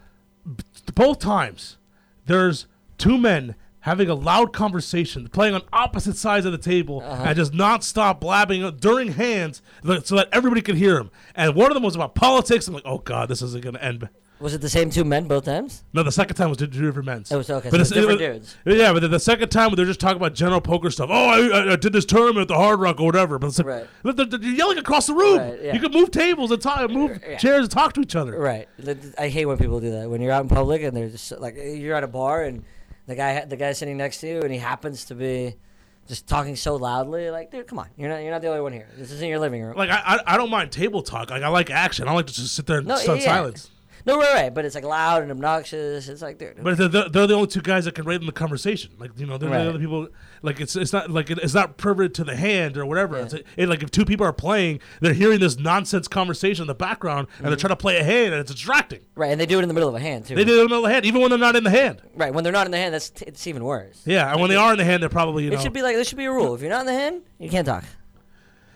Speaker 2: b- both times there's two men having a loud conversation, playing on opposite sides of the table, and just nonstop blabbing during hands, th- so that everybody could hear him. And one of them was about politics. I'm like, oh god, this isn't gonna end.
Speaker 3: Was it the same two men both times?
Speaker 2: No, the second time was to do Men's.
Speaker 3: It was- okay, so
Speaker 2: this-
Speaker 3: it's different
Speaker 2: it
Speaker 3: dudes.
Speaker 2: Yeah, but the, the second time they're just talking about general poker stuff. Oh, I, I, I did this tournament at the Hard Rock or whatever. But it's like,
Speaker 3: Right.
Speaker 2: they're, they're- they're yelling across the room.
Speaker 3: Right, yeah.
Speaker 2: You can move tables and talk, move
Speaker 3: Yeah.
Speaker 2: chairs and talk to each other.
Speaker 3: Right. Th- th- I hate when people do that. When you're out in public and they're just like eh, you're at a bar and the guy ha- the guy sitting next to you and he happens to be just talking so loudly. Like, dude, come on. You're not you're not the only one here. This isn't your living room.
Speaker 2: Like I, I, I don't mind table talk. Like I like action. I don't like to just sit there and
Speaker 3: No,
Speaker 2: sit in
Speaker 3: yeah.
Speaker 2: silence.
Speaker 3: no, right, right. But it's like loud and obnoxious. It's like, dude.
Speaker 2: But they're, they're, they're the only two guys that can rate in the conversation. Like you know, they're
Speaker 3: Right.
Speaker 2: the other people. Like it's it's not like it, it's not privileged to the hand or whatever. It's it, like if two people are playing, they're hearing this nonsense conversation in the background, and
Speaker 3: Mm-hmm.
Speaker 2: they're trying to play a hand, and it's distracting.
Speaker 3: right, and they do it in the middle of a hand too.
Speaker 2: They did it in the middle of the hand, even when they're not in the hand.
Speaker 3: Right, when they're not in the hand, that's t- it's even worse.
Speaker 2: Yeah, and when they are in the hand, they're probably you know.
Speaker 3: It should be like there should be a rule. If you're not in the hand, you can't talk.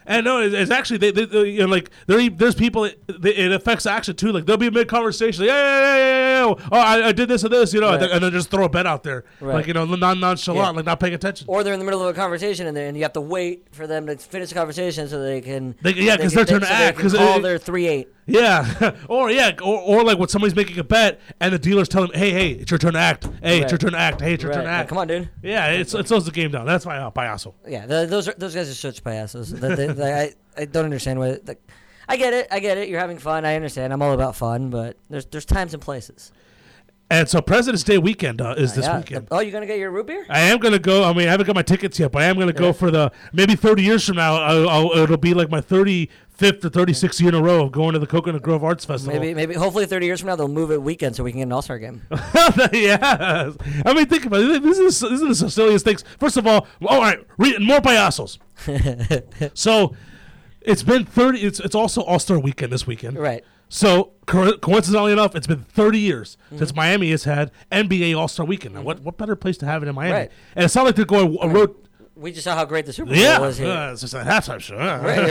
Speaker 2: and no, it's, it's actually they, they, they you know, like there there's people that- they, it affects action too. Like they'll be mid conversation, yeah, yeah, yeah, yeah, yeah, know, oh, I, I did this and this, you know, and,
Speaker 3: Right.
Speaker 2: then, and then just throw a bet out there,
Speaker 3: Right.
Speaker 2: like you know, non nonchalant,
Speaker 3: Yeah.
Speaker 2: like not paying attention.
Speaker 3: Or they're in the middle of a conversation and, they- and you have to wait for them to finish the conversation so they can.
Speaker 2: They- yeah, 'cause
Speaker 3: can-
Speaker 2: they're trying to
Speaker 3: so they
Speaker 2: act,
Speaker 3: can
Speaker 2: 'cause it-
Speaker 3: call
Speaker 2: it-
Speaker 3: their three eight.
Speaker 2: yeah, or yeah, or, or like when somebody's making a bet and the dealer's telling, them, hey, hey, it's your turn to act. Hey, it's your
Speaker 3: Right.
Speaker 2: turn to act. Hey, it's your
Speaker 3: Right.
Speaker 2: turn to
Speaker 3: Like,
Speaker 2: act.
Speaker 3: come on, dude.
Speaker 2: Yeah, it's it slows the game down. That's my uh, payaso.
Speaker 3: Yeah, th those are, those guys are such biases. They, they, they, I, I don't understand why. Like, I get it. I get it. You're having fun. I understand. I'm all about fun, but there's there's times and places.
Speaker 2: And so President's Day weekend uh, is this
Speaker 3: Yeah.
Speaker 2: weekend.
Speaker 3: Oh, you're gonna get your root beer?
Speaker 2: I am gonna go. I mean, I haven't got my tickets yet, but I am gonna go
Speaker 3: Yeah.
Speaker 2: for the maybe 30 years from now. I'll, I'll, it'll be like my 35th or 36th year in a row of going to the Coconut Grove Arts Festival.
Speaker 3: Maybe, maybe, hopefully, 30 years from now they'll move it weekend so we can get an All Star game.
Speaker 2: yes. I mean, think about it. This is this is the silliest things. First of all, all right, re- more payasos. so, it's been 30. It's it's also All Star Weekend this weekend.
Speaker 3: right.
Speaker 2: So co- coincidentally enough, it's been 30 years
Speaker 3: Mm-hmm.
Speaker 2: since Miami has had NBA All Star Weekend. Now, what what better place to have it in Miami?
Speaker 3: Right.
Speaker 2: And it's not like they're going a road.
Speaker 3: We just saw how great the Super Bowl
Speaker 2: Yeah,
Speaker 3: was here.
Speaker 2: uh, it's just a halftime show. yeah.
Speaker 3: right. Imagine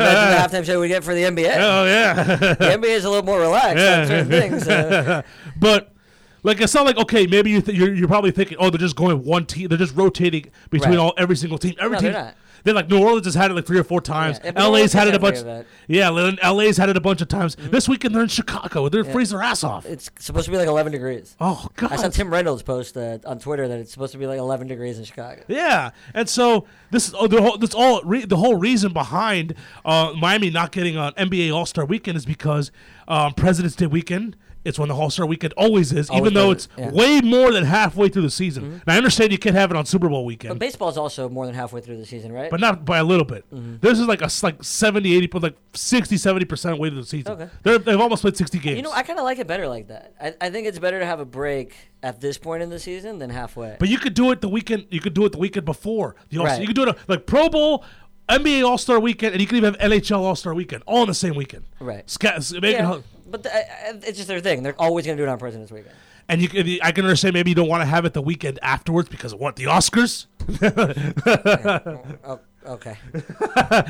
Speaker 3: the halftime show we get for the NBA.
Speaker 2: Oh yeah,
Speaker 3: The NBA is a little more relaxed
Speaker 2: Yeah.
Speaker 3: on certain things. Uh,
Speaker 2: but like it's not like okay, maybe you th- you're, you're probably thinking, oh, they're just going one team, they're just rotating between
Speaker 3: Right.
Speaker 2: all every single team. Every
Speaker 3: No,
Speaker 2: team,
Speaker 3: they're not.
Speaker 2: they're like New Orleans has had it like three or four times.
Speaker 3: Yeah, but New
Speaker 2: LA's
Speaker 3: Orleans
Speaker 2: had
Speaker 3: has
Speaker 2: it a
Speaker 3: every
Speaker 2: bunch.
Speaker 3: event.
Speaker 2: Yeah, li- LA's had it a bunch of times.
Speaker 3: Mm-hmm.
Speaker 2: This weekend they're in Chicago. They're freezing their ass off.
Speaker 3: it's supposed to be like 11 degrees.
Speaker 2: Oh god.
Speaker 3: I saw Tim Reynolds post uh, on Twitter that it's supposed to be like 11 degrees in Chicago.
Speaker 2: Yeah, and so this is oh, the whole, this all re, the whole reason behind uh, Miami not getting on NBA All Star Weekend is because um, President's Day weekend. It's when the All Star Weekend always is,
Speaker 3: Always
Speaker 2: even though it's
Speaker 3: does, yeah. Mm-hmm.
Speaker 2: way more than halfway through the season. And I understand you can't have it on Super Bowl
Speaker 3: But
Speaker 2: weekend,
Speaker 3: baseball's also more than halfway through the season, right?
Speaker 2: but not by a little bit.
Speaker 3: Mm-hmm.
Speaker 2: This is like a s- like 70, 80, but like 60, 70 percent way to the season.
Speaker 3: Okay.
Speaker 2: They're, they've almost played sixty games.
Speaker 3: you know, I kind of like it better like that. I, I think it's better to have a break at this point in the season than halfway.
Speaker 2: But you could do it the weekend. You could do it the weekend before the All Star.
Speaker 3: Right.
Speaker 2: You could do it uh, like Pro Bowl, NBA All Star Weekend, and you could even have NHL All Star Weekend all on the same weekend.
Speaker 3: Right.
Speaker 2: Sca- s- make it
Speaker 3: yeah,
Speaker 2: ho-
Speaker 3: but th- I- I- it's just their thing. They're always going to do it on President's Weekend.
Speaker 2: and you, could- I can understand maybe you don't want to have it the weekend afterwards because of what the Oscars.
Speaker 3: Oh, okay.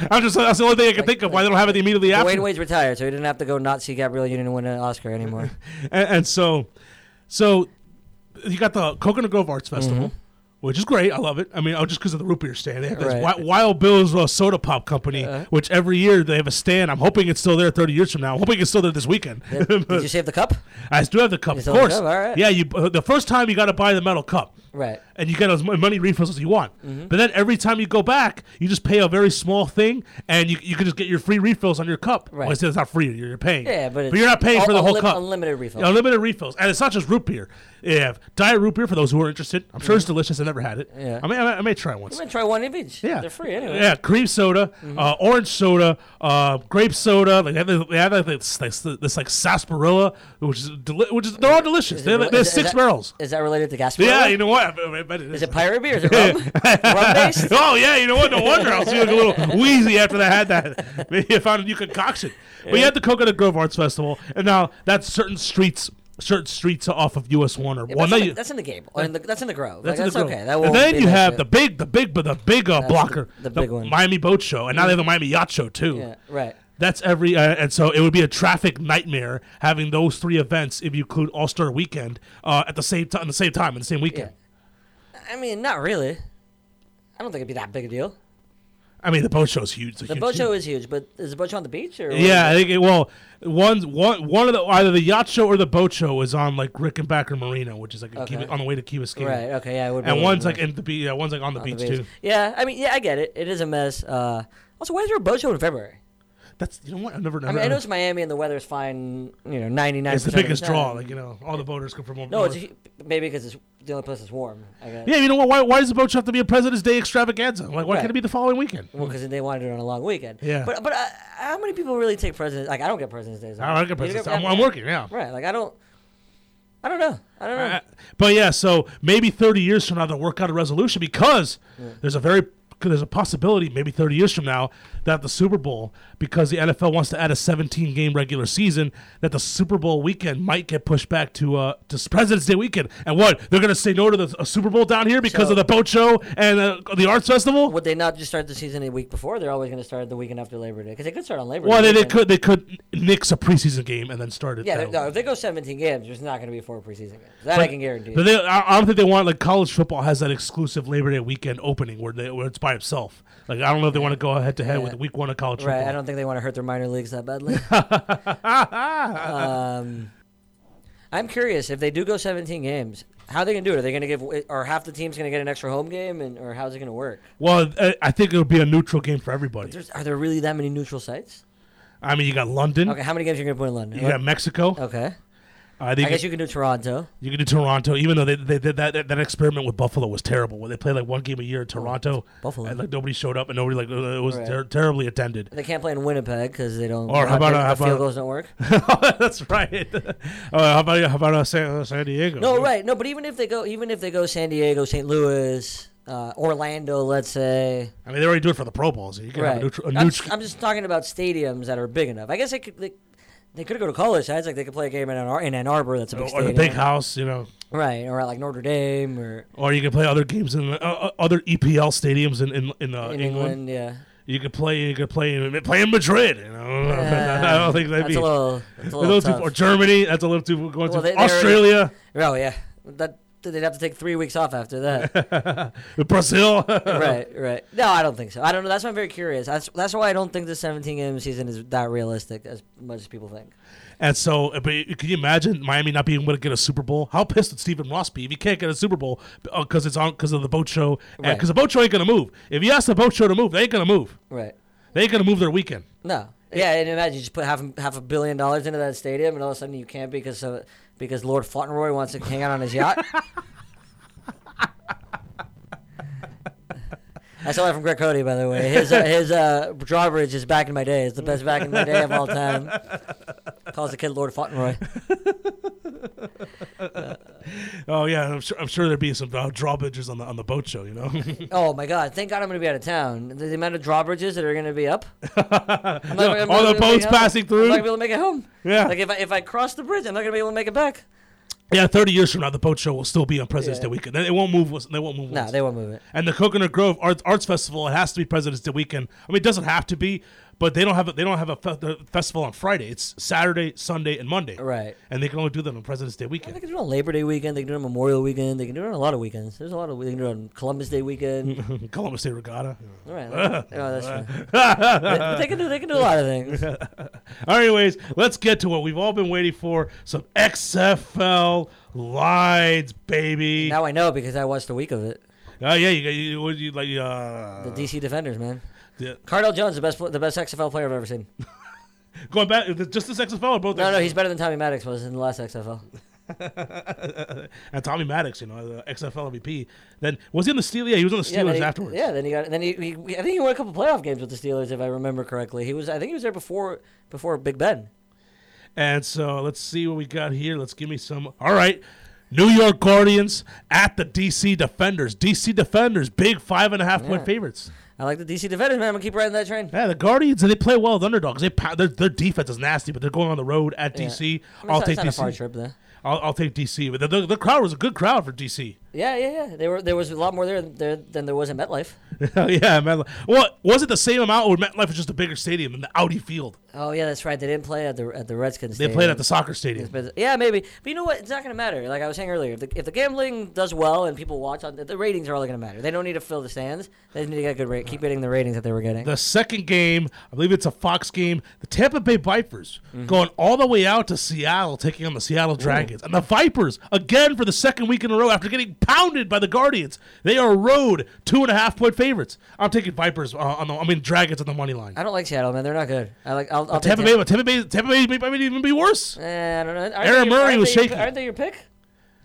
Speaker 2: I'm just that's the only thing I can think of why they don't have it immediately
Speaker 3: Wayne
Speaker 2: after.
Speaker 3: Wade's retired, so he didn't have to go not see Gabrielle Union win an Oscar anymore.
Speaker 2: And, and so, so you got the Coconut Grove Arts Festival. Which is great, I love it. I mean, oh, just because of the root beer stand, they have this
Speaker 3: Mm-hmm. Right. Uh-huh.
Speaker 2: Wi- Wild Bill's uh, soda pop company, which every year they have a stand. I'm hoping it's still there 30 years from now. I'm hoping it's still there this weekend.
Speaker 3: Did you save the cup?
Speaker 2: I do have the cup, of
Speaker 3: still have the
Speaker 2: course.
Speaker 3: cup? All right.
Speaker 2: Yeah, you uh, the first time you got to buy the metal cup,
Speaker 3: Right. Mm-hmm.
Speaker 2: and you get as mu- many refills as you want. But then every time you go back, you just pay a very small thing, and you, you can just get your free refills on your cup. Well,
Speaker 3: Right.
Speaker 2: it's it's not free; you're, you're paying.
Speaker 3: Yeah, but, it's
Speaker 2: you're not paying
Speaker 3: un-
Speaker 2: for the whole
Speaker 3: unlim-
Speaker 2: cup.
Speaker 3: Unlimited refill.
Speaker 2: Yeah, Unlimited refills, and it's not just root beer. You have diet root beer for those who are interested. I'm sure it's delicious. I never had it.
Speaker 3: Mm-hmm. Yeah.
Speaker 2: I may, I may, I may try it once.
Speaker 3: I'm gonna try one of each.
Speaker 2: Yeah,
Speaker 3: they're free anyway. Mm-hmm.
Speaker 2: Yeah, cream soda, uh, orange soda, uh, grape soda. Like they have, this- they have like, this, this, this like sarsaparilla, which is deli- which is they're all delicious. They have,
Speaker 3: rela-
Speaker 2: they have
Speaker 3: is- is
Speaker 2: six
Speaker 3: that-
Speaker 2: barrels.
Speaker 3: Is that related to Gasparilla?
Speaker 2: Yeah, you know what? I- I bet it
Speaker 3: Is
Speaker 2: is.
Speaker 3: it pirate beer? Is it rum? rum based?
Speaker 2: Oh yeah, you know what? No wonder I was feeling a little wheezy after I had that. Maybe I found a new concoction. But you had the Coconut Grove Arts Festival, and now that's certain streets, certain streets off of US One or one.
Speaker 3: That's,
Speaker 2: Now
Speaker 3: in
Speaker 2: you-
Speaker 3: the, that's in the game. Or in the, that's in the Grove.
Speaker 2: that's
Speaker 3: That's,
Speaker 2: in
Speaker 3: like,
Speaker 2: the Grove.
Speaker 3: that's okay. That
Speaker 2: and
Speaker 3: won't
Speaker 2: then
Speaker 3: be
Speaker 2: you
Speaker 3: that
Speaker 2: have
Speaker 3: big.
Speaker 2: the big, the big, but the big uh,
Speaker 3: the-
Speaker 2: blocker,
Speaker 3: the big one.
Speaker 2: Miami Boat Show, and now they have the Miami Yacht Show too.
Speaker 3: Yeah, right.
Speaker 2: That's every, uh, and so it would be a traffic nightmare having those three events if you include All Star Weekend uh, at the same time, the same time, in the same weekend.
Speaker 3: I mean, not really. I don't think it'd be that big a deal.
Speaker 2: I mean, the boat show's huge. It's a
Speaker 3: The
Speaker 2: huge
Speaker 3: boat
Speaker 2: deal.
Speaker 3: show is huge, but is the boat show on the beach or? what is
Speaker 2: Yeah, I
Speaker 3: it?
Speaker 2: think it, well, one's one one of the either the yacht show or the boat show was on like Rickenbacker Marina, which is like a Kiva,
Speaker 3: Okay.
Speaker 2: on the way to Key Biscayne.
Speaker 3: Right. Okay. Yeah. It would be
Speaker 2: And
Speaker 3: a
Speaker 2: one's
Speaker 3: little
Speaker 2: like in the beach. Yeah, one's like on the,
Speaker 3: more
Speaker 2: beach,
Speaker 3: on the beach.
Speaker 2: too.
Speaker 3: Yeah. I mean, yeah, I get it. It is a mess. Uh, also, why is there a boat show in February?
Speaker 2: That's you know what I've never.
Speaker 3: I
Speaker 2: never
Speaker 3: mean, I know it's Miami and the weather's fine. You know, ninety nine.
Speaker 2: Uh-huh. it's the biggest draw. Like you know, all the boaters come from.
Speaker 3: No,
Speaker 2: north.
Speaker 3: it's a, hu- maybe because it's the only place that's warm. I guess.
Speaker 2: yeah. You know what? Why, why does the boat show have to be a President's Day extravaganza? Like why
Speaker 3: Right.
Speaker 2: can't it be the following weekend?
Speaker 3: Well, because they wanted it on a long weekend.
Speaker 2: Yeah.
Speaker 3: But but uh, how many people really take Presidents? Like I don't get Presidents Days.
Speaker 2: I don't get
Speaker 3: You
Speaker 2: President's. Day.
Speaker 3: get-
Speaker 2: I'm, I'm working. Yeah.
Speaker 3: Right. Like I don't. I don't know. I don't know.
Speaker 2: Uh, but yeah, so maybe 30 years from now they'll work out a resolution because there's a very 'cause there's a possibility maybe 30 years from now that the Super Bowl, because the NFL wants to add a 17 game regular season, that the Super Bowl weekend might get pushed back to uh, to President's Day weekend. And what? They're going to say no to the a Super Bowl down here because
Speaker 3: So-
Speaker 2: of the boat show and uh, the arts festival?
Speaker 3: Would they not just start the season a week before? They're always going to start the weekend after Labor Day because they could start on Labor
Speaker 2: Well, they,
Speaker 3: Day.
Speaker 2: they
Speaker 3: weekend.
Speaker 2: could they could nix a preseason game and then start it.
Speaker 3: Yeah,
Speaker 2: that
Speaker 3: they-
Speaker 2: way.
Speaker 3: no, if they go 17 games, there's not going to be four preseason games. That I can guarantee.
Speaker 2: But they, I I don't think they want like college football has that exclusive Labor Day weekend opening where they where it's by itself. Like I don't know if they want to go head to head with
Speaker 3: Yeah.
Speaker 2: week one of college
Speaker 3: Right,
Speaker 2: football.
Speaker 3: I don't think they want to hurt their minor leagues that badly. um, I'm curious if they do go 17 games, how they gonna do it? Are they gonna give? Are half the team's gonna get an extra home game, and or how's it gonna work?
Speaker 2: well, I, I think it would be a neutral game for everybody.
Speaker 3: There's, are there really that many neutral sites?
Speaker 2: I mean, you got London,
Speaker 3: Okay, how many games are you gonna put in London?
Speaker 2: you got Mexico.
Speaker 3: okay,
Speaker 2: I
Speaker 3: I
Speaker 2: think
Speaker 3: guess you can do Toronto.
Speaker 2: you can do Toronto, even though they, they, they, that, that that experiment with Buffalo was terrible. Where they played like one game a year in Toronto,
Speaker 3: Oh, Buffalo.
Speaker 2: and like nobody showed up and nobody like uh, it was
Speaker 3: Right.
Speaker 2: ter- terribly attended.
Speaker 3: They can't play in Winnipeg because they don't.
Speaker 2: Or how about,
Speaker 3: the,
Speaker 2: uh, how
Speaker 3: field
Speaker 2: about-
Speaker 3: goals don't work?
Speaker 2: That's right. uh, how about how about uh, San, uh, San Diego?
Speaker 3: No, right, no. But even if they go, even if they go San Diego, St. Louis, uh, Orlando, let's say,
Speaker 2: I mean, they already do it for the Pro Bowl, so you can have
Speaker 3: Right.
Speaker 2: a neutral. A
Speaker 3: I'm,
Speaker 2: neutral
Speaker 3: just, I'm just talking about stadiums that are big enough. I guess they could they, they could go to college sides, like they could play a game in Ann, Ar- in Ann Arbor. That's a big
Speaker 2: or
Speaker 3: stadium,
Speaker 2: the big house, you know,
Speaker 3: right? Or at like Notre Dame or
Speaker 2: or you can play other games in uh, uh, other EPL stadiums in in, in, uh,
Speaker 3: in
Speaker 2: England.
Speaker 3: England. Yeah,
Speaker 2: You could play, you could play, in- play in Madrid. You know, I don't think that'd
Speaker 3: that's
Speaker 2: be
Speaker 3: a little, that's
Speaker 2: a
Speaker 3: a little,
Speaker 2: little
Speaker 3: tough.
Speaker 2: too, or Germany. That's a little too going to
Speaker 3: Well, they- they already-
Speaker 2: Australia,
Speaker 3: oh yeah, that they'd have to take three weeks off after that.
Speaker 2: Brazil.
Speaker 3: right, right. No, I don't think so. I don't know. That's why I'm very curious. That's that's why I don't think the 17 game season is that realistic as much as people think.
Speaker 2: and so, uh, but you- can you imagine Miami not being able to get a Super Bowl? How pissed would Stephen Ross be if he can't get a Super Bowl because it's on because of the boat show?
Speaker 3: Right.
Speaker 2: Because the boat show ain't gonna move. If you ask the boat show to move, they ain't gonna move.
Speaker 3: Right.
Speaker 2: They ain't gonna move their weekend.
Speaker 3: No. Yeah, and imagine you just put half half a billion dollars into that stadium, and all of a sudden you can't because of, because Lord Fauntleroy wants to hang out on his yacht. I saw that from Greg Cody, by the way. His uh, his uh, drawbridge is back in my day. It's the best back in my day of all time. Calls the kid Lord Fauntleroy.
Speaker 2: Oh yeah, I'm sure. I'm sure there'd be some uh, drawbridges on the on the boat show. You know,
Speaker 3: Oh my God! Thank God I'm going to be out of town. The, the amount of drawbridges that are going to be up. I'm
Speaker 2: No,
Speaker 3: gonna- I'm
Speaker 2: all the
Speaker 3: not gonna be
Speaker 2: boats
Speaker 3: able to-
Speaker 2: passing
Speaker 3: I'm
Speaker 2: through.
Speaker 3: not going to be able to make it home.
Speaker 2: Yeah.
Speaker 3: Like if I if I cross the bridge, I'm not going to be able to make it back.
Speaker 2: yeah. Thirty years from now, the boat show will still be on President's
Speaker 3: Yeah.
Speaker 2: Day weekend. They they won't move. once- They won't move.
Speaker 3: No,
Speaker 2: once.
Speaker 3: they won't move it.
Speaker 2: and the Coconut Grove Arts, Arts Festival. It has to be President's Day weekend. I mean, it doesn't have to be, but they don't have a, they don't have a fe- the festival on Friday. It's Saturday, Sunday, and Monday.
Speaker 3: Right.
Speaker 2: And they can only do that on President's Day
Speaker 3: They
Speaker 2: weekend.
Speaker 3: can do it on Labor Day weekend. They can do it on Memorial weekend. They can do it on a lot of weekends. There's a lot of they can do it on Columbus Day weekend.
Speaker 2: Columbus Day Regatta.
Speaker 3: All right, no, that's true. They- but they can do they can do a lot of things.
Speaker 2: Anyways, let's get to what we've all been waiting for: some XFL lines, baby.
Speaker 3: Now I know because I watched a week of it.
Speaker 2: Oh yeah, you, you, what do you like
Speaker 3: The
Speaker 2: uh,
Speaker 3: DC Defenders, man.
Speaker 2: the-
Speaker 3: Cardell Jones, the best pl- the best XFL player I've ever seen.
Speaker 2: Going back, is it just this XFL or both?
Speaker 3: No, no, he's better than Tommy Maddox was in the last XFL.
Speaker 2: and Tommy Maddox, you know, the XFL MVP. Then was he on the Steelers? Yeah, he was on the
Speaker 3: then
Speaker 2: Steelers
Speaker 3: he-
Speaker 2: afterwards.
Speaker 3: Yeah, then he got then he, he I think he won a couple playoff games with the Steelers if I remember correctly. He was I think he was there before before Big Ben.
Speaker 2: And so let's see what we got here. Let's give me some. All right. New York Guardians at the DC Defenders. DC Defenders, big five and a half point
Speaker 3: Yeah.
Speaker 2: favorites.
Speaker 3: I like the DC Defenders, man. I'm gonna keep riding that train.
Speaker 2: Yeah, the Guardians, they play well with underdogs. They pow- their, their defense is nasty, but they're going on the road at
Speaker 3: Yeah.
Speaker 2: DC.
Speaker 3: I mean,
Speaker 2: I'll
Speaker 3: it's
Speaker 2: take
Speaker 3: not, it's not a far
Speaker 2: DC.
Speaker 3: trip though.
Speaker 2: I'll, I'll take DC. But the, the, the crowd was a good crowd for DC.
Speaker 3: Yeah, yeah, yeah. There were there was a lot more there, there than there was in MetLife.
Speaker 2: yeah, man. Well, was it the same amount, or MetLife was just a bigger stadium than the Audi Field?
Speaker 3: Oh yeah, that's right. They didn't play at the at the Redskins.
Speaker 2: They played at the soccer stadium.
Speaker 3: But, yeah, maybe. But you know what? It's not going to matter. Like I was saying earlier, if the, if the gambling does well and people watch on, the ratings are all going to matter. They don't need to fill the stands. They just need to get good rate. Keep getting the ratings that they were getting.
Speaker 2: The second game, I believe it's a Fox game. The Tampa Bay Vipers
Speaker 3: Mm-hmm.
Speaker 2: going all the way out to Seattle, taking on the Seattle Dragons. And the Vipers, again for the second week in a row, after getting pounded by the Guardians, they are road two and a half point favorites. I'm taking Vipers uh, on the, I mean Dragons on the money line.
Speaker 3: I don't like Seattle, man. They're not good. I like. I'll, I'll take
Speaker 2: Tampa Bay, Tampa Bay, Tampa Bay might even be worse.
Speaker 3: Eh, I don't know. Aren't
Speaker 2: Aaron
Speaker 3: they your-
Speaker 2: Murray
Speaker 3: aren't
Speaker 2: was
Speaker 3: they your-
Speaker 2: shaking.
Speaker 3: Aren't they your pick?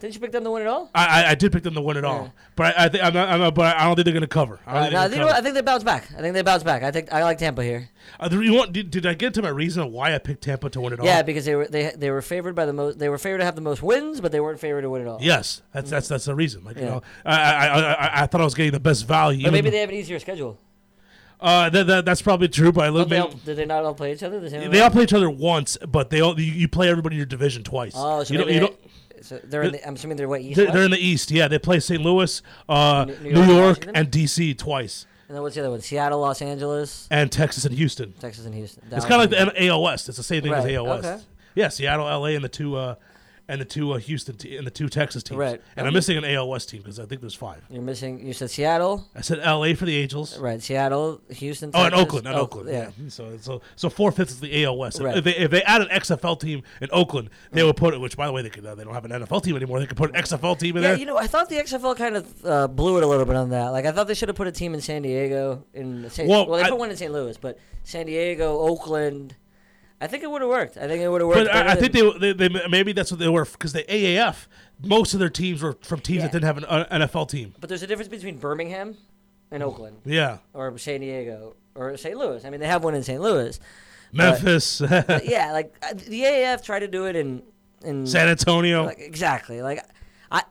Speaker 3: Didn't you pick them to win at all?
Speaker 2: I, I, I did pick them to win it all,
Speaker 3: Yeah.
Speaker 2: but I, I think I'm not, I'm not, but I don't think they're gonna cover. I don't
Speaker 3: Uh,
Speaker 2: think
Speaker 3: no,
Speaker 2: they're
Speaker 3: you
Speaker 2: gonna
Speaker 3: know what?
Speaker 2: cover.
Speaker 3: I think they bounce back. I think they bounce back. I think I like Tampa here.
Speaker 2: Uh, do you want? Did, did I get to my reason of why I picked Tampa to win it all?
Speaker 3: Yeah, because they were they they were favored by the most. They were favored to have the most wins, but they weren't favored to win it all.
Speaker 2: Yes, that's that's that's the reason. Like you
Speaker 3: Yeah.
Speaker 2: know, I, I, I- I I thought I was getting the best value.
Speaker 3: Or maybe
Speaker 2: even-
Speaker 3: they have an easier schedule.
Speaker 2: uh, that, that, that's probably true. But I
Speaker 3: Don't
Speaker 2: live.
Speaker 3: they all, did they not all play each other? The same
Speaker 2: They all
Speaker 3: amount?
Speaker 2: play each other once, but they all you, you play everybody in your division twice.
Speaker 3: Oh, so
Speaker 2: you
Speaker 3: you
Speaker 2: don't, you
Speaker 3: maybe they,
Speaker 2: don't,
Speaker 3: so they're in the, I'm assuming they're what East,
Speaker 2: they're,
Speaker 3: West?
Speaker 2: they're in the East. Yeah, they play St. Louis, uh,
Speaker 3: New- New
Speaker 2: New
Speaker 3: York,
Speaker 2: York,
Speaker 3: Washington?
Speaker 2: and DC twice,
Speaker 3: and then what's the other one? Seattle, Los Angeles,
Speaker 2: and Texas and Houston.
Speaker 3: Texas, and Houston.
Speaker 2: It's kind of like the AL West. It's the same thing as
Speaker 3: Right,
Speaker 2: AL West.
Speaker 3: okay.
Speaker 2: Yeah, Seattle, LA, and the two. Uh, and the two uh, Houston te- and the two Texas teams,
Speaker 3: Right.
Speaker 2: and I'm missing an AL West team because I think there's five.
Speaker 3: you're missing. You said Seattle,
Speaker 2: I said LA for the Angels,
Speaker 3: right? Seattle, Houston.
Speaker 2: Oh, and
Speaker 3: Texas,
Speaker 2: Oakland, and
Speaker 3: Oak-
Speaker 2: Oakland. Yeah. So so so four fifths is the AL West.
Speaker 3: Right.
Speaker 2: If they if they add an XFL team in Oakland, they would put it. Which by the way, they could uh, they don't have an NFL team anymore. They could put an XFL team in
Speaker 3: Yeah,
Speaker 2: there.
Speaker 3: you know, I thought the XFL kind of uh, blew it a little bit on that. Like, I thought they should have put a team in San Diego. In San,
Speaker 2: Well,
Speaker 3: well, they
Speaker 2: I-
Speaker 3: put one in St. Louis, but San Diego, Oakland. I think it would have worked. I think it would have worked.
Speaker 2: but I, I
Speaker 3: better
Speaker 2: think
Speaker 3: than-
Speaker 2: they, they, they maybe that's what they were because the AAF most of their teams were from teams
Speaker 3: Yeah.
Speaker 2: that didn't have an uh, NFL team.
Speaker 3: But there's a difference between Birmingham and Oakland,
Speaker 2: Yeah,
Speaker 3: or San Diego, or St. Louis. I mean, they have one in St. Louis.
Speaker 2: Memphis,
Speaker 3: But yeah, like I- the AAF tried to do it in in
Speaker 2: San Antonio.
Speaker 3: like, exactly like I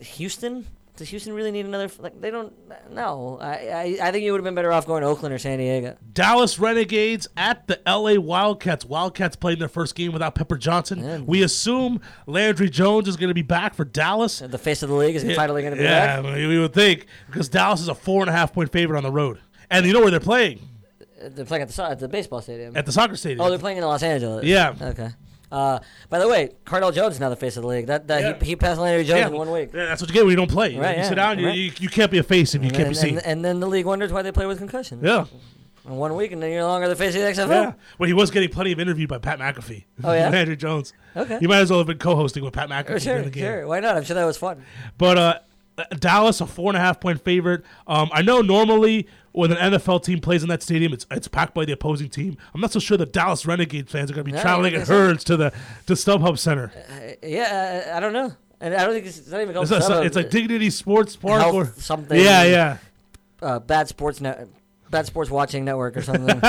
Speaker 3: Houston. Does Houston really need another? f- Like they don't. No, I I, I think you would have been better off going to Oakland or San Diego.
Speaker 2: Dallas Renegades at the LA Wildcats. Wildcats played their first game without Pepper Johnson.
Speaker 3: Yeah.
Speaker 2: We assume Landry Jones is going to be back for Dallas.
Speaker 3: The face of the league is finally going to be
Speaker 2: yeah,
Speaker 3: back.
Speaker 2: I mean, we would think because Dallas is a four and a half point favorite on the road, and you know where they're playing
Speaker 3: Uh, They're playing at the so- at the baseball stadium.
Speaker 2: at the soccer stadium.
Speaker 3: oh, they're playing in Los Angeles.
Speaker 2: Yeah.
Speaker 3: Okay. Uh, by the way, Cardell Jones is now the face of the league. That, that
Speaker 2: Yeah.
Speaker 3: he, he passed Landry Jones
Speaker 2: Yeah,
Speaker 3: in one week.
Speaker 2: yeah, That's what you get when you don't play.
Speaker 3: Right,
Speaker 2: you
Speaker 3: yeah,
Speaker 2: sit down, you,
Speaker 3: right.
Speaker 2: you, you can't be a face if you can't
Speaker 3: and,
Speaker 2: be seen.
Speaker 3: and, and then the league wonders why they play with concussion
Speaker 2: yeah,
Speaker 3: in one week, and then you're no longer the face of the XFL.
Speaker 2: yeah. Well, he was getting plenty of interview by Pat McAfee.
Speaker 3: Oh, yeah?
Speaker 2: Landry Jones.
Speaker 3: Okay.
Speaker 2: You might as well have been co-hosting with Pat McAfee during the
Speaker 3: Sure,
Speaker 2: game.
Speaker 3: sure. Why not? I'm sure that was fun.
Speaker 2: But uh, Dallas, a four and a half point favorite. Um, I know normally when an NFL team plays in that stadium, it's it's packed by the opposing team. I'm not so sure the Dallas Renegade fans are going to be
Speaker 3: No,
Speaker 2: traveling
Speaker 3: yeah,
Speaker 2: in
Speaker 3: they said-
Speaker 2: herds to the to StubHub Center.
Speaker 3: Uh, yeah, I, I don't know, and I don't think it's, it's not even
Speaker 2: It's,
Speaker 3: called.
Speaker 2: a,
Speaker 3: sub-
Speaker 2: it's like Dignity Sports Park
Speaker 3: Health
Speaker 2: or
Speaker 3: something.
Speaker 2: Yeah, yeah.
Speaker 3: uh, bad sports net, bad sports watching network or something.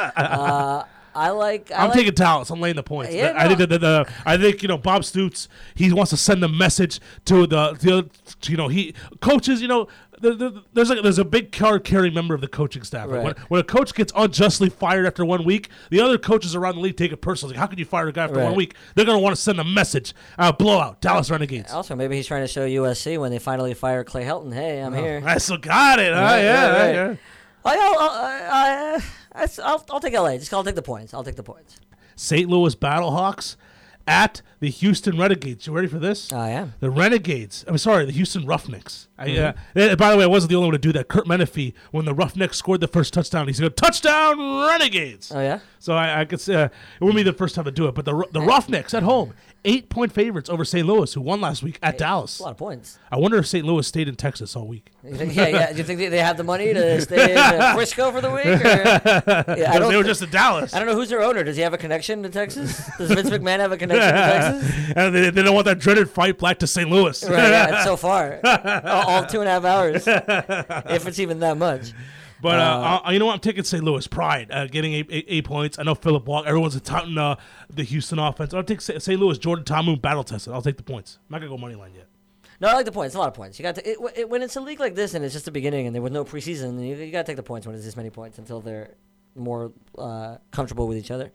Speaker 3: uh, I like. I
Speaker 2: I'm
Speaker 3: like,
Speaker 2: taking Dallas. I'm laying the points.
Speaker 3: Yeah,
Speaker 2: I think
Speaker 3: no.
Speaker 2: that the, the I think you know Bob Stoops. He wants to send a message to the, the other- to, you know he coaches. You know the, the, there's like there's a big card carrying member of the coaching staff. Like,
Speaker 3: Right.
Speaker 2: When, when a coach gets unjustly fired after one week, the other coaches around the league take it personally. Like, how can you fire a guy after one
Speaker 3: Right.
Speaker 2: week? They're gonna want to send a message. Uh, blowout, Dallas Renegades.
Speaker 3: Also, maybe he's trying to show USC when they finally fire Clay Helton. Hey, I'm here.
Speaker 2: I still got it. huh?
Speaker 3: Right,
Speaker 2: Oh. yeah,
Speaker 3: right,
Speaker 2: yeah,
Speaker 3: right. I, I'll, I, I, I, I'll, I'll take LA. Just I'll take the points. I'll take the points.
Speaker 2: St. Louis Battlehawks at the Houston Renegades. You ready for this?
Speaker 3: I am.
Speaker 2: The Renegades. I'm sorry, the Houston Roughnecks. I,
Speaker 3: Mm-hmm.
Speaker 2: uh, eh, by the way, I wasn't the only one to do that. Kurt Menefee, when the Roughnecks scored the first touchdown, he's going, touchdown Renegades.
Speaker 3: Oh yeah.
Speaker 2: So I, I could say, uh, it wouldn't be the first time to do it, but the, Ro- the Roughnecks at home, eight point favorites over St. Louis, who won last week at Dallas.
Speaker 3: That's a lot of points.
Speaker 2: I wonder if St. Louis stayed in Texas all week.
Speaker 3: You think- yeah, yeah. Do you think they, they have the money to stay in uh, Frisco for the week? Or, yeah, I don't.
Speaker 2: they were
Speaker 3: thi-
Speaker 2: just in Dallas.
Speaker 3: I don't know who's their owner. Does he have a connection to Texas? Does Vince McMahon have a connection to Texas?
Speaker 2: and they, they don't want that dreaded fight back to St. Louis.
Speaker 3: Right, yeah, it's so far. all, all two and a half hours, if it's even that much.
Speaker 2: But uh, I, you know what? I'm taking St. Louis Pride, uh, getting eight, eight, eight points. I know Philip Walk. Everyone's touting uh, the Houston offense. I'll take St. St. Louis. Jordan Tamu battle tested. I'll take the points. I'm not gonna go money line yet.
Speaker 3: No, I like the points. A lot of points. You got to, it, it, when it's a league like this and it's just the beginning and there was no preseason. You, you got to take the points when it's this many points until they're more uh, comfortable with each other.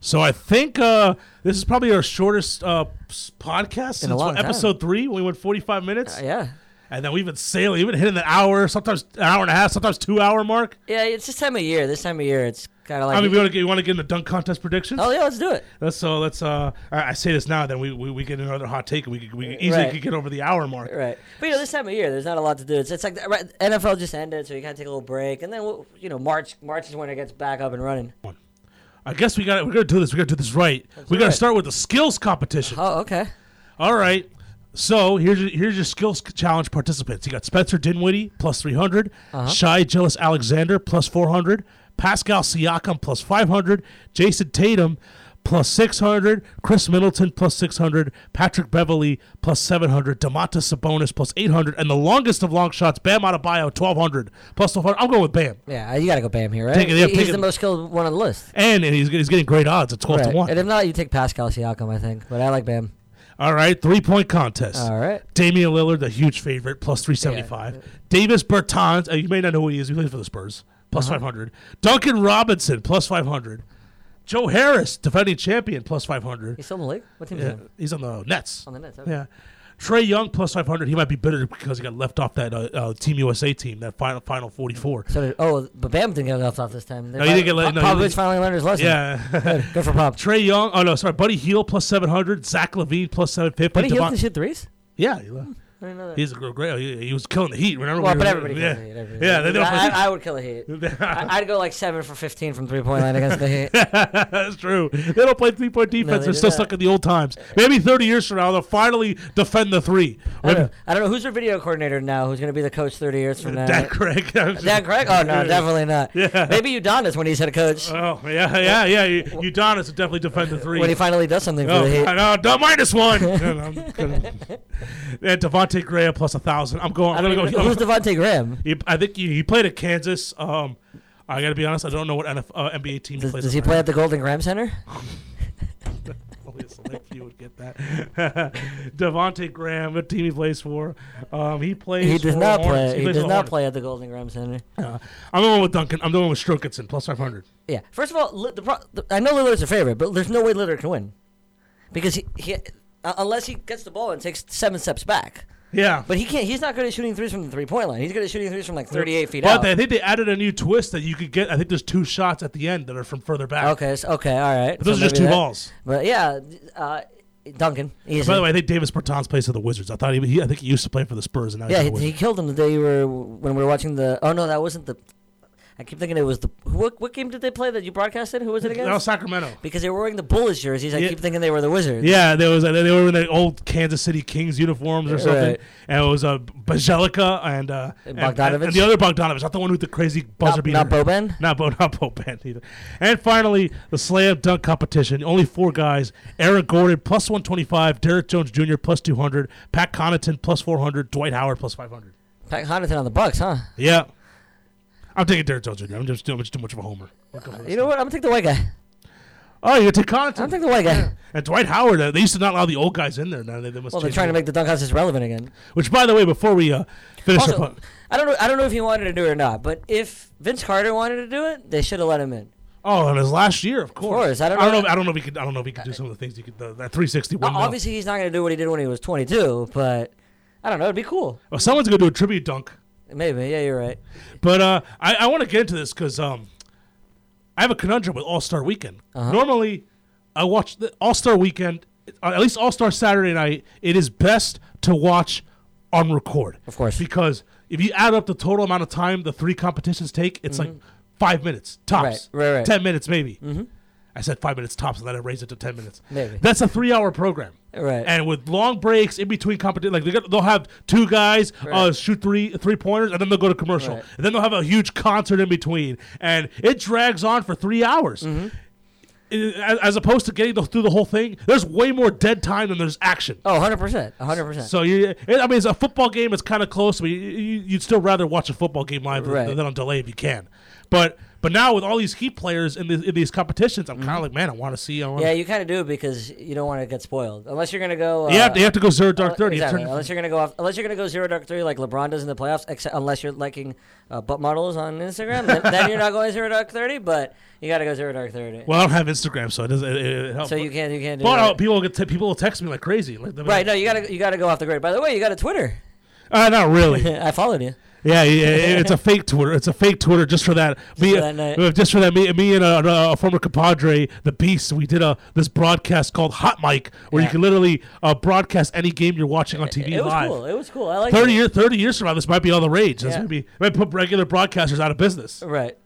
Speaker 2: So I think uh, this is probably our shortest uh, s- podcast
Speaker 3: In a
Speaker 2: since
Speaker 3: long
Speaker 2: what, episode three. We went 45 minutes,
Speaker 3: Uh, yeah,
Speaker 2: and then we've been sailing. We've been hitting the hour, sometimes an hour and a half, sometimes two hour mark.
Speaker 3: yeah. It's this time of year. This time of year, it's kind of like.
Speaker 2: I mean, we want to get, you want to get into dunk contest predictions.
Speaker 3: oh yeah, let's do it.
Speaker 2: Let's- So let's. Uh, I I say this now, then we, we, we get another hot take, and we could- we easily
Speaker 3: Right.
Speaker 2: could get over the hour mark.
Speaker 3: Right, but you know this time of year, there's not a lot to do. It's, it's like the, right, NFL just ended, so you gotta take a little break, and then we'll, you know March March is when it gets back up and running.
Speaker 2: I guess we got we're gonna do this. We gotta do this right. we
Speaker 3: do
Speaker 2: gotta
Speaker 3: it.
Speaker 2: start with the skills competition.
Speaker 3: Oh okay.
Speaker 2: All right. So here's your, here's your skills c- challenge participants. You got Spencer Dinwiddie plus 300,
Speaker 3: Uh-huh.
Speaker 2: Shy Jealous Alexander plus 400, Pascal Siakam plus 500, Jason Tatum plus 600, Chris Middleton plus 600, Patrick Beverly plus 700, Demontis Sabonis plus 800, and the longest of long shots, Bam Adebayo 1200 plus 1200. I'm going with Bam.
Speaker 3: Yeah, you gotta go Bam here, right?
Speaker 2: Take it, yeah,
Speaker 3: He-
Speaker 2: take
Speaker 3: He's
Speaker 2: it.
Speaker 3: the most skilled one on the list.
Speaker 2: And, and he's, he's getting great odds at 12
Speaker 3: Right.
Speaker 2: to 1.
Speaker 3: And if not, you take Pascal Siakam, I think. But I like Bam.
Speaker 2: All right, three point contest.
Speaker 3: All right.
Speaker 2: Damian Lillard, the huge favorite, plus 375. Davis Bertans, uh, you may not know who he is. He plays for the Spurs,
Speaker 3: Uh-huh.
Speaker 2: plus 500. Duncan Robinson, plus 500. Joe Harris, defending champion, plus 500.
Speaker 3: He's still in the league? What team is
Speaker 2: Yeah,
Speaker 3: he on?
Speaker 2: he's on the Nets.
Speaker 3: On the Nets. Okay.
Speaker 2: Yeah. Trey Young, plus 500. He might be bitter because he got left off that uh, uh, Team USA team, that final final 44.
Speaker 3: So did, oh, but Bam didn't get left off this time.
Speaker 2: No, he didn't get let- no, he
Speaker 3: Popovich
Speaker 2: didn't-
Speaker 3: finally learned his lesson.
Speaker 2: Yeah.
Speaker 3: Good, good for Pop.
Speaker 2: Trey Young, oh no, sorry. Buddy Heel, plus 700. Zach Levine, plus 750.
Speaker 3: But he
Speaker 2: Devon-
Speaker 3: can shoot threes.
Speaker 2: yeah. he left.
Speaker 3: I didn't know that.
Speaker 2: He's a great. He, he was killing the heat. Remember?
Speaker 3: Well,
Speaker 2: We
Speaker 3: but
Speaker 2: were-
Speaker 3: everybody.
Speaker 2: Yeah,
Speaker 3: Can hit, everybody.
Speaker 2: yeah. They don't,
Speaker 3: I, I, I would kill the Heat. I, I'd go like seven for fifteen from three point line against the Heat.
Speaker 2: that's true. They don't play three point defense.
Speaker 3: they
Speaker 2: they are
Speaker 3: do
Speaker 2: still
Speaker 3: not.
Speaker 2: stuck in the old times. Maybe thirty years from now, they'll finally defend the three.
Speaker 3: I
Speaker 2: Maybe
Speaker 3: don't, I don't know who's their video coordinator now. Who's going to be the coach thirty years from now?
Speaker 2: Dan Craig.
Speaker 3: Dan Craig? Oh no, definitely not.
Speaker 2: Yeah.
Speaker 3: Maybe Udonis when he's head coach
Speaker 2: Oh yeah, yeah, yeah. U- Udonis would definitely defend the three.
Speaker 3: when he finally does something for
Speaker 2: Oh,
Speaker 3: the Heat.
Speaker 2: I know. duh, minus one. And I'm gonna- and Devontae Gray plus a thousand. I'm going.
Speaker 3: I
Speaker 2: I'm
Speaker 3: don't
Speaker 2: gonna
Speaker 3: even,
Speaker 2: go.
Speaker 3: know- who's Devontae Graham?
Speaker 2: He- I think he, he played at Kansas. Um, I got to be honest. I don't know what NF, uh, NBA team he
Speaker 3: Does,
Speaker 2: plays. on
Speaker 3: does he
Speaker 2: right
Speaker 3: play at the Golden Graham Center?
Speaker 2: Only a select few would get that. Devonte Graham, what team he plays for? Um, he plays.
Speaker 3: He does
Speaker 2: for
Speaker 3: not
Speaker 2: Hornets.
Speaker 3: play. He
Speaker 2: plays
Speaker 3: does
Speaker 2: for
Speaker 3: not
Speaker 2: Hornets.
Speaker 3: play at the Golden Graham Center.
Speaker 2: Uh, I'm going with Duncan. I'm going with Strokinson plus 500.
Speaker 3: Yeah. First of all, Li- the pro- the, I know Lillard's a favorite, but there's no way Lillard can win because he, he uh, unless he gets the ball and takes seven steps back.
Speaker 2: Yeah.
Speaker 3: But he can't. He's not good at shooting threes from the three point line. He's good at shooting threes from like 38 feet
Speaker 2: but
Speaker 3: out.
Speaker 2: they- I think they added a new twist that you could get. I think there's two shots at the end that are from further back.
Speaker 3: okay. So, okay. All right.
Speaker 2: But those
Speaker 3: so
Speaker 2: are just two
Speaker 3: maybe that-
Speaker 2: balls.
Speaker 3: But yeah, uh, Duncan. Easy.
Speaker 2: By the way, I think Davis Bertans plays for the Wizards. I thought he, he I think he used to play for the Spurs and now he's
Speaker 3: yeah,
Speaker 2: on
Speaker 3: he,
Speaker 2: the
Speaker 3: he
Speaker 2: Wizards.
Speaker 3: killed him the day you were when we were watching the. Oh no, that wasn't the. I keep thinking it was the. who- What, what game did they play that you broadcasted? Who was it
Speaker 2: That was
Speaker 3: against?
Speaker 2: Oh, Sacramento.
Speaker 3: Because they were wearing the Bulls jerseys. I
Speaker 2: Yeah.
Speaker 3: keep thinking they were the Wizards.
Speaker 2: Yeah, there was uh, they were in the old Kansas City Kings uniforms or something,
Speaker 3: Right.
Speaker 2: and it was uh, Bajelica and, uh,
Speaker 3: And
Speaker 2: and,
Speaker 3: Bogdanovich?
Speaker 2: and the other Bogdanovich, not the one with the crazy buzzer
Speaker 3: Not,
Speaker 2: beater,
Speaker 3: not Boban.
Speaker 2: not Bo, not Boban either. And finally, the slam dunk competition. Only four guys: Aaron Gordon plus one twenty five, Derek Jones Jr. plus two hundred, Pat Connaughton plus four hundred, Dwight Howard plus five hundred.
Speaker 3: Pat Connaughton on the Bucks, huh?
Speaker 2: Yeah, I'm taking Derek Jones Jr. I'm just, I'm just too much of a homer.
Speaker 3: You know what? I'm gonna take the white guy.
Speaker 2: Oh, you're taking
Speaker 3: I'm gonna
Speaker 2: Connaughton
Speaker 3: take the white guy.
Speaker 2: and Dwight Howard. Uh, they used to not allow the old guys in there. Now they, they must.
Speaker 3: Well, they're
Speaker 2: change
Speaker 3: trying
Speaker 2: the-
Speaker 3: to make the dunk contest relevant again.
Speaker 2: Which, by the way, before we uh, finish
Speaker 3: Also-
Speaker 2: up,
Speaker 3: I don't know. I don't know if he wanted to do it or not, but if Vince Carter wanted to do it, they should have let him in.
Speaker 2: oh, and it was last year, of course.
Speaker 3: course, I don't know-
Speaker 2: know. if- I don't know if he could. I don't know if he could do some of the things you could. The, that 360
Speaker 3: O-
Speaker 2: windmill.
Speaker 3: Obviously, he's not going to do what he did when he was 22, but I don't know. It'd be cool.
Speaker 2: Oh, someone's gonna do a tribute dunk.
Speaker 3: Maybe. Yeah, you're right.
Speaker 2: But uh, I, I want to get into this because um, I have a conundrum with All Star Weekend.
Speaker 3: Uh-huh.
Speaker 2: Normally, I watch the All Star Weekend, uh, at least All Star Saturday night. It is best to watch on record,
Speaker 3: Of course.
Speaker 2: because if you add up the total amount of time the three competitions take, it's like five minutes tops,
Speaker 3: Mm-hmm. Right, right, right.
Speaker 2: ten minutes maybe. I said five minutes tops, and then I raised it to ten minutes.
Speaker 3: Maybe.
Speaker 2: that's a three-hour program.
Speaker 3: Right.
Speaker 2: and with long breaks in between competition, like they got, they'll have two guys uh,
Speaker 3: Right.
Speaker 2: shoot three three pointers, and then they'll go to commercial,
Speaker 3: Right.
Speaker 2: and then they'll have a huge concert in between, and it drags on for three hours.
Speaker 3: Mm-hmm.
Speaker 2: I- As, as opposed to getting the, through the whole thing, there's way more dead time than there's action.
Speaker 3: Oh, 100%. 100%.
Speaker 2: So you, it, I mean, it's a football game. It's kind of close, but you, you, you'd still rather watch a football game live
Speaker 3: Right.
Speaker 2: than, than on delay if you can. But but now with all these key players in, the, in these competitions, I'm kind of like, man, I want to see. I wanna,
Speaker 3: Mm-hmm. yeah, you kind of do because you don't want to get spoiled. Unless you're going to go. Uh,
Speaker 2: you, have to, you have to go zero dark thirty. You have to
Speaker 3: Exactly.
Speaker 2: turn-
Speaker 3: Unless you're gonna go off, unless you're gonna go zero dark thirty like LeBron does in the playoffs, except unless you're liking uh, butt models on Instagram, then, then you're not going zero dark thirty. But you gotta go zero dark thirty.
Speaker 2: well, I don't have Instagram, so it doesn't. It, it, it helps.
Speaker 3: so you can't you can't do
Speaker 2: But
Speaker 3: that.
Speaker 2: uh, people get t- people will text me like crazy. Like, they'll be
Speaker 3: Right,
Speaker 2: Like,
Speaker 3: no, you gotta you gotta go off the grid. By the way, you got a Twitter.
Speaker 2: uh, not really.
Speaker 3: I followed you.
Speaker 2: yeah, yeah, yeah, it's a fake Twitter. It's a fake Twitter just for that. Me,
Speaker 3: for that night.
Speaker 2: uh, just for that. Me, me and a, a former compadre, the Beast. We did a this broadcast called Hot Mic, where
Speaker 3: Yeah.
Speaker 2: you can literally uh, broadcast any game you're watching on TV
Speaker 3: It was
Speaker 2: live.
Speaker 3: cool. It was cool. I like
Speaker 2: Thirty
Speaker 3: it.
Speaker 2: years, thirty years from now, this might be all the rage. That's
Speaker 3: Yeah.
Speaker 2: gonna be might put regular broadcasters out of business.
Speaker 3: Right.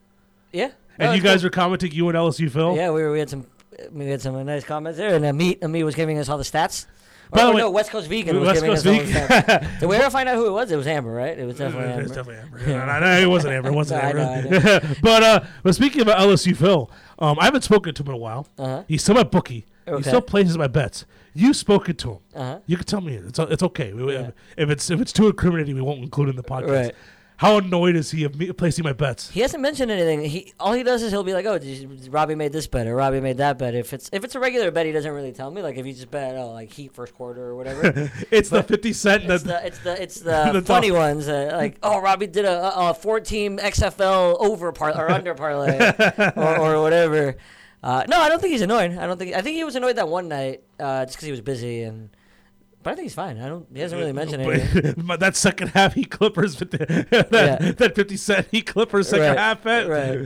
Speaker 3: Yeah.
Speaker 2: And
Speaker 3: No,
Speaker 2: you
Speaker 3: it's cool.
Speaker 2: guys are commenting you and LSU Phil.
Speaker 3: Yeah, we were, we had some we had some nice comments there, and Amit Amit was giving us all the stats.
Speaker 2: By
Speaker 3: or,
Speaker 2: the
Speaker 3: or
Speaker 2: way-
Speaker 3: no, West Coast Vegan
Speaker 2: West
Speaker 3: was giving
Speaker 2: Coast
Speaker 3: us all
Speaker 2: Vegan.
Speaker 3: this stuff. Did we ever find out who it was? It was Amber, right? It was definitely Amber.
Speaker 2: It's definitely Amber. No, no, no, it wasn't Amber. It wasn't
Speaker 3: No, I
Speaker 2: Amber.
Speaker 3: know,
Speaker 2: but uh, but speaking about LSU Phil, um, I haven't spoken to him in a while.
Speaker 3: Uh-huh.
Speaker 2: He's still my bookie. He
Speaker 3: Okay.
Speaker 2: still places my bets. You've spoken to him.
Speaker 3: Uh-huh.
Speaker 2: You can tell me it's it's okay. We, If it's if it's too incriminating, we won't include it in the podcast.
Speaker 3: Right.
Speaker 2: How annoyed is he of me placing my bets?
Speaker 3: He hasn't mentioned anything. He all he does is he'll be like, "Oh, did you- Robbie made this bet or Robbie made that bet." If it's if it's a regular bet, he doesn't really tell me. Like if you just bet, oh, like Heat first quarter or whatever.
Speaker 2: It's the fifty cent.
Speaker 3: it's
Speaker 2: That,
Speaker 3: the it's the it's the,
Speaker 2: The
Speaker 3: funny
Speaker 2: top.
Speaker 3: ones. Uh, like oh, Robbie did a, a four team XFL over par or under parlay or, or whatever. Uh, no, I don't think he's annoyed. I don't think I think he was annoyed that one night uh, just because he was busy and. But I think he's fine. I don't. He hasn't really mentioned anything.
Speaker 2: but that second half, he Clippers. That,
Speaker 3: Yeah.
Speaker 2: that fifty cent, he Clippers second
Speaker 3: Right,
Speaker 2: half bet.
Speaker 3: right.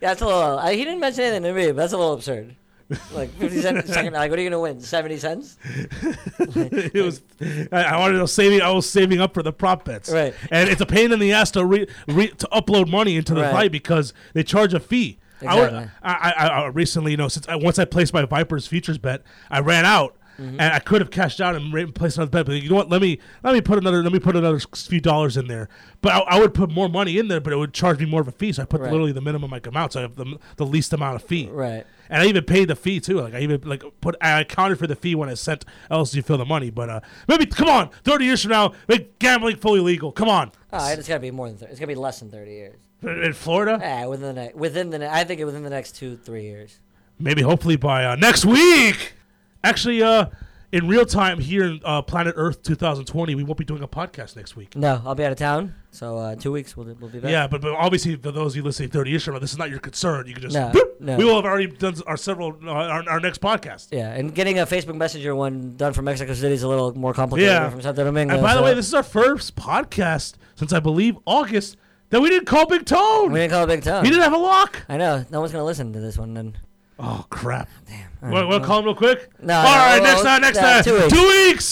Speaker 3: Yeah, that's a little. I, he didn't mention anything to me, but that's a little absurd. Like fifty cents a second. Like, what are you gonna win? Seventy cents?
Speaker 2: it was. I, I wanted to saving. I was saving up for the prop bets.
Speaker 3: Right.
Speaker 2: And it's a pain in the ass to re, re, to upload money into the
Speaker 3: Right.
Speaker 2: site because they charge a fee. I would-
Speaker 3: Exactly.
Speaker 2: I, I, I recently, you know, since I, once I placed my Vipers futures bet, I ran out.
Speaker 3: Mm-hmm.
Speaker 2: And I could have cashed out and ra- placed another bet, but you know what? Let me let me put another let me put another s- few dollars in there. But I, I would put more money in there, but it would charge me more of a fee. So I put
Speaker 3: Right.
Speaker 2: literally the minimum I could amount, so I have the, m- the least amount of fee.
Speaker 3: Right.
Speaker 2: And I even paid the fee too. Like I even like put I accounted for the fee when I sent LSU Phil the money. But uh maybe come on, thirty years from now, make gambling fully legal. Come on.
Speaker 3: Oh, it's gotta be more than. 30, it's gonna be less than thirty years.
Speaker 2: In Florida,
Speaker 3: Ah, within the next. Within the. ne- I think within the next two, three years.
Speaker 2: maybe hopefully by uh, next week. Actually, uh, in real time here in uh, Planet Earth 2020, we won't be doing a podcast next week.
Speaker 3: No, I'll be out of town. So uh, two weeks, we'll, we'll be back.
Speaker 2: Yeah, but, but obviously for those of you listening 30 years from now, this is not your concern. You can just
Speaker 3: No,
Speaker 2: boop.
Speaker 3: no.
Speaker 2: we will have already done our several uh, our, our next podcast.
Speaker 3: Yeah, and getting a Facebook Messenger one done from Mexico City is a little more complicated
Speaker 2: Yeah.
Speaker 3: than from Santo Domingo.
Speaker 2: And by the
Speaker 3: so-
Speaker 2: way, this is our first podcast since I believe August that we didn't call Big Tone.
Speaker 3: we didn't call it Big Town.
Speaker 2: He didn't have a lock.
Speaker 3: I know. No one's gonna listen to this one. Then.
Speaker 2: Oh crap!
Speaker 3: Damn.
Speaker 2: We'll, we'll call him real quick.
Speaker 3: No,
Speaker 2: All
Speaker 3: no,
Speaker 2: right,
Speaker 3: well,
Speaker 2: next time, next
Speaker 3: no,
Speaker 2: time.
Speaker 3: two weeks.
Speaker 2: Two weeks.